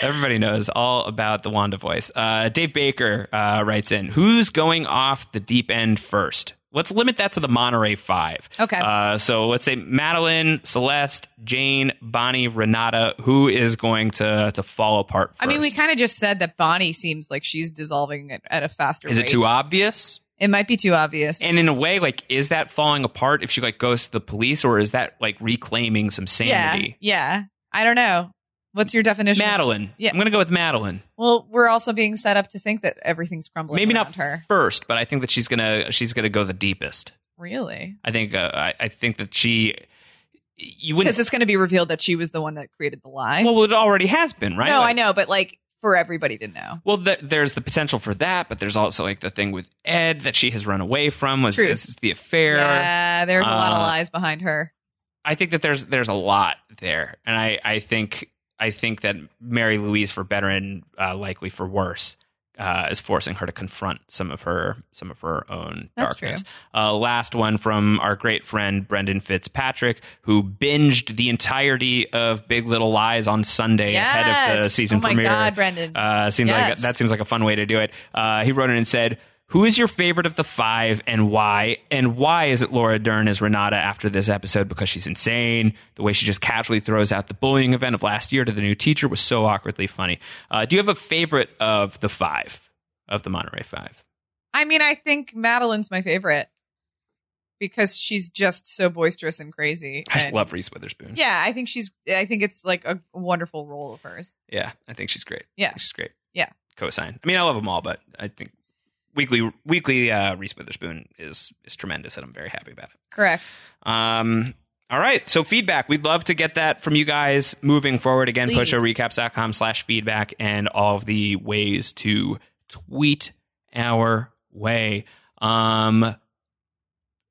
[SPEAKER 1] Everybody knows all about the Wanda voice. Uh, Dave Baker uh, writes in Who's going off the deep end first? Let's limit that to the Monterey Five.
[SPEAKER 2] Okay.
[SPEAKER 1] Uh, so let's say Madeline, Celeste, Jane, Bonnie, Renata. Who is going to, to fall apart first?
[SPEAKER 2] I mean, we kind of just said that Bonnie seems like she's dissolving at, at a faster
[SPEAKER 1] Is it
[SPEAKER 2] rate.
[SPEAKER 1] too obvious?
[SPEAKER 2] It might be too obvious.
[SPEAKER 1] And in a way, like, is that falling apart if she like goes to the police, or is that like reclaiming some sanity?
[SPEAKER 2] Yeah, yeah. I don't know. What's your definition? of
[SPEAKER 1] Madeline.
[SPEAKER 2] Yeah.
[SPEAKER 1] I'm gonna go with Madeline.
[SPEAKER 2] Well, we're also being set up to think that everything's crumbling
[SPEAKER 1] Maybe
[SPEAKER 2] around
[SPEAKER 1] not
[SPEAKER 2] her.
[SPEAKER 1] first, but I think that she's gonna she's gonna go the deepest.
[SPEAKER 2] Really?
[SPEAKER 1] I think uh, I, I think that she you
[SPEAKER 2] Because
[SPEAKER 1] wouldn't.
[SPEAKER 2] it's going to be revealed that she was the one that created the lie.
[SPEAKER 1] Well, it already has been, right?
[SPEAKER 2] no,
[SPEAKER 1] Like,
[SPEAKER 2] I know, but like for everybody to know.
[SPEAKER 1] Well, th- there's the potential for that, but there's also like the thing with Ed that she has run away from was
[SPEAKER 2] True.
[SPEAKER 1] this is the affair.
[SPEAKER 2] Yeah, there's a lot of
[SPEAKER 1] Uh,
[SPEAKER 2] lies behind her.
[SPEAKER 1] I think that there's there's a lot there, and I I think I think that Mary Louise, for better and uh, likely for worse, uh, is forcing her to confront some of her some of her own
[SPEAKER 2] That's
[SPEAKER 1] darkness. Uh, last one from our great friend Brendan Fitzpatrick, who binged the entirety of Big Little Lies on Sunday ahead of the
[SPEAKER 2] Yes!
[SPEAKER 1] season
[SPEAKER 2] oh my
[SPEAKER 1] premiere.
[SPEAKER 2] God, Brendan.
[SPEAKER 1] Uh, seems like
[SPEAKER 2] Yes.
[SPEAKER 1] that seems like a fun way to do it. Uh, he wrote in and said, "Who is your favorite of the five, and why? And why is it Laura Dern as Renata after this episode? Because she's insane. The way she just casually throws out the bullying event of last year to the new teacher was so awkwardly funny. Uh, do you have a favorite of the five of the Monterey Five?
[SPEAKER 2] I mean, I think Madeline's my favorite because she's just so boisterous and crazy.
[SPEAKER 1] I just
[SPEAKER 2] And-
[SPEAKER 1] love Reese Witherspoon.
[SPEAKER 2] Uh, Yeah, I think she's. I think it's like a wonderful role of hers.
[SPEAKER 1] Yeah, I think she's great.
[SPEAKER 2] Yeah.
[SPEAKER 1] I think she's great.
[SPEAKER 2] Yeah.
[SPEAKER 1] cosign. I mean, I love them all, but I think." Weekly, weekly. Uh, Reese Witherspoon is is tremendous, and I'm very happy about it.
[SPEAKER 2] Correct.
[SPEAKER 1] Um, all right. So feedback. We'd love to get that from you guys moving forward. Again,
[SPEAKER 2] Please.
[SPEAKER 1] pushowrecaps.com slash feedback and all of the ways to tweet our way. Um,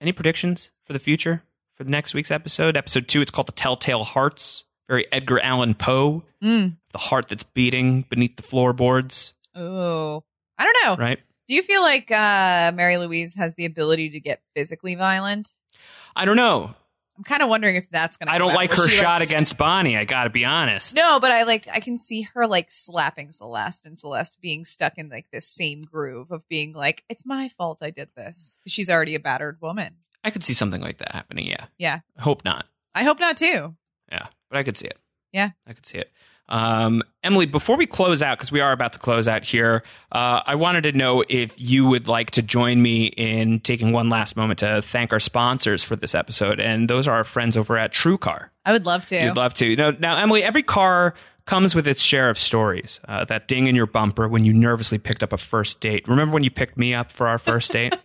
[SPEAKER 1] any predictions for the future for the next week's episode? Episode two, it's called The Telltale Hearts. Very Edgar Allan Poe,
[SPEAKER 2] Mm.
[SPEAKER 1] the heart that's beating beneath the floorboards,
[SPEAKER 2] Oh, I don't know.
[SPEAKER 1] right?
[SPEAKER 2] Do you feel like uh, Mary Louise has the ability to get physically violent?
[SPEAKER 1] I don't know.
[SPEAKER 2] I'm kind of wondering if that's gonna.
[SPEAKER 1] I
[SPEAKER 2] come
[SPEAKER 1] don't
[SPEAKER 2] out.
[SPEAKER 1] like
[SPEAKER 2] Will
[SPEAKER 1] her
[SPEAKER 2] she,
[SPEAKER 1] shot
[SPEAKER 2] like,
[SPEAKER 1] against Bonnie. I got to be honest.
[SPEAKER 2] No, but I like I can see her like slapping Celeste and Celeste being stuck in like this same groove of being like, "It's my fault I did this." She's already a battered woman.
[SPEAKER 1] I could see something like that happening. Yeah.
[SPEAKER 2] Yeah.
[SPEAKER 1] I hope not.
[SPEAKER 2] I hope not too.
[SPEAKER 1] Yeah, but I could see it.
[SPEAKER 2] Yeah.
[SPEAKER 1] I could see it. Um, Emily, before we close out, because we are about to close out here, uh, I wanted to know if you would like to join me in taking one last moment to thank our sponsors for this episode, and those are our friends over at True Car.
[SPEAKER 2] I would love to.
[SPEAKER 1] You'd love to. Now, now, Emily, every car comes with its share of stories. Uh, that ding in your bumper when you nervously picked up a first date. Remember when you picked me up for our first date?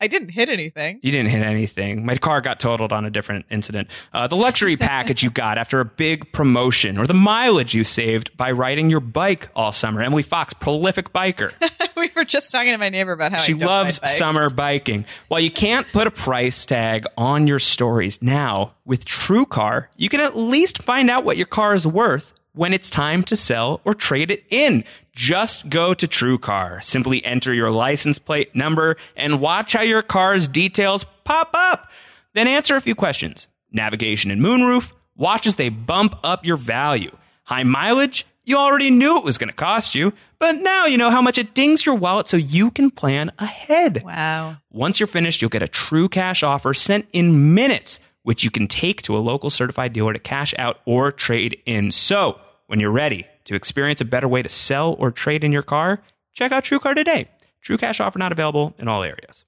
[SPEAKER 2] I didn't
[SPEAKER 1] *laughs*
[SPEAKER 2] hit anything.
[SPEAKER 1] You didn't hit anything. My car got totaled on a different incident. Uh, the
[SPEAKER 2] *laughs*
[SPEAKER 1] luxury package you got after a big promotion, or the mileage you saved by riding your bike all summer. Emily Fox, prolific
[SPEAKER 2] *laughs*
[SPEAKER 1] biker.
[SPEAKER 2] we were just talking to my neighbor about how I
[SPEAKER 1] She
[SPEAKER 2] don't
[SPEAKER 1] loves
[SPEAKER 2] ride bikes.
[SPEAKER 1] summer biking. While you can't put a price tag on your stories now, with TrueCar, you can at least find out what your car is worth when it's time to sell or trade it in. Just go to TrueCar. Simply enter your license plate number and watch how your car's details pop up. Then answer a few questions. Navigation and moonroof, watch as they bump up your value. High mileage, you already knew it was going to cost you, but now you know how much it dings your wallet so you can plan ahead.
[SPEAKER 2] Wow.
[SPEAKER 1] Once you're finished, you'll get a true cash offer sent in minutes, which you can take to a local certified dealer to cash out or trade in. So, when you're ready to experience a better way to sell or trade in your car, check out TrueCar today. True cash offer not available in all areas.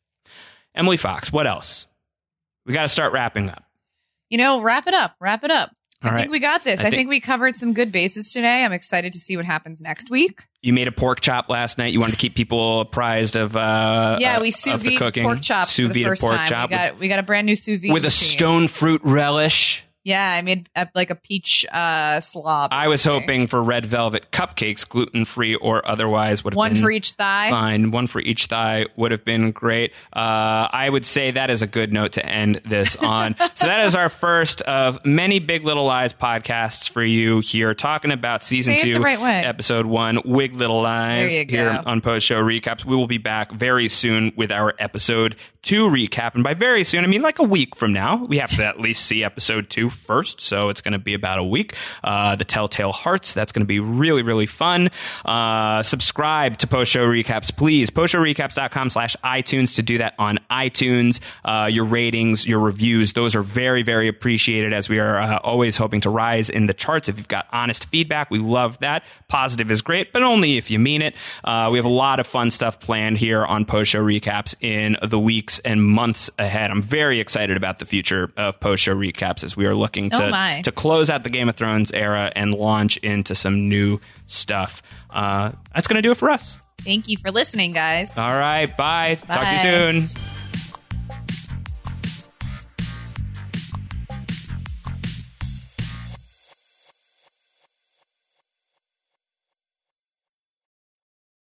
[SPEAKER 1] Emily Fox, what else? We got to start wrapping up.
[SPEAKER 2] You know, wrap it up. Wrap it up.
[SPEAKER 1] All
[SPEAKER 2] I
[SPEAKER 1] right.
[SPEAKER 2] think we got this.
[SPEAKER 1] I
[SPEAKER 2] I,
[SPEAKER 1] think-
[SPEAKER 2] think, we covered some good bases today. I'm excited to see what happens next week.
[SPEAKER 1] you made a pork chop last night. You wanted to keep people apprised of uh
[SPEAKER 2] yeah,
[SPEAKER 1] uh,
[SPEAKER 2] we
[SPEAKER 1] of
[SPEAKER 2] sous
[SPEAKER 1] the
[SPEAKER 2] vide
[SPEAKER 1] cooking.
[SPEAKER 2] pork chops
[SPEAKER 1] sous
[SPEAKER 2] for the
[SPEAKER 1] vide
[SPEAKER 2] first
[SPEAKER 1] pork
[SPEAKER 2] time.
[SPEAKER 1] chop
[SPEAKER 2] we got we got a brand new sous vide
[SPEAKER 1] with, with a
[SPEAKER 2] machine.
[SPEAKER 1] stone fruit relish.
[SPEAKER 2] Yeah, I made a, like a peach uh, slob.
[SPEAKER 1] I was
[SPEAKER 2] today.
[SPEAKER 1] hoping for red velvet cupcakes, gluten free or otherwise would have
[SPEAKER 2] one
[SPEAKER 1] been
[SPEAKER 2] for each thigh.
[SPEAKER 1] Mm-hmm. fine. One for each thigh would have been great. Uh, I would say that is a good note to end
[SPEAKER 2] *laughs*
[SPEAKER 1] this on. so that is our first of many Big Little Lies podcasts for you here, talking about season
[SPEAKER 2] Say it
[SPEAKER 1] two,
[SPEAKER 2] the right way.
[SPEAKER 1] episode one, Wig Little Lies
[SPEAKER 2] There you
[SPEAKER 1] here
[SPEAKER 2] go.
[SPEAKER 1] on post show recaps. We will be back very soon with our episode two recap, and by very soon I mean like a week from now. We have to at least see episode two first, so it's going to be about a week. Uh, the Telltale Hearts. That's going to be really really fun. Uh, subscribe to post show recaps, please. Postshowrecaps.com slash iTunes to do that on iTunes. Uh, your ratings, your reviews, those are very very appreciated as we are uh, always hoping to rise in the charts. If you've got honest feedback, we love that. Positive is great, but only if you mean it. Uh, we have a lot of fun stuff planned here on post show recaps in the weeks and months ahead. I'm very excited about the future of post show recaps as we are looking
[SPEAKER 2] Oh
[SPEAKER 1] to,
[SPEAKER 2] my.
[SPEAKER 1] to close out the Game of Thrones era and launch into some new stuff. Uh, that's going to do it for us.
[SPEAKER 2] Thank you for listening, guys.
[SPEAKER 1] All right. Bye. Talk to you
[SPEAKER 2] Bye.
[SPEAKER 1] soon.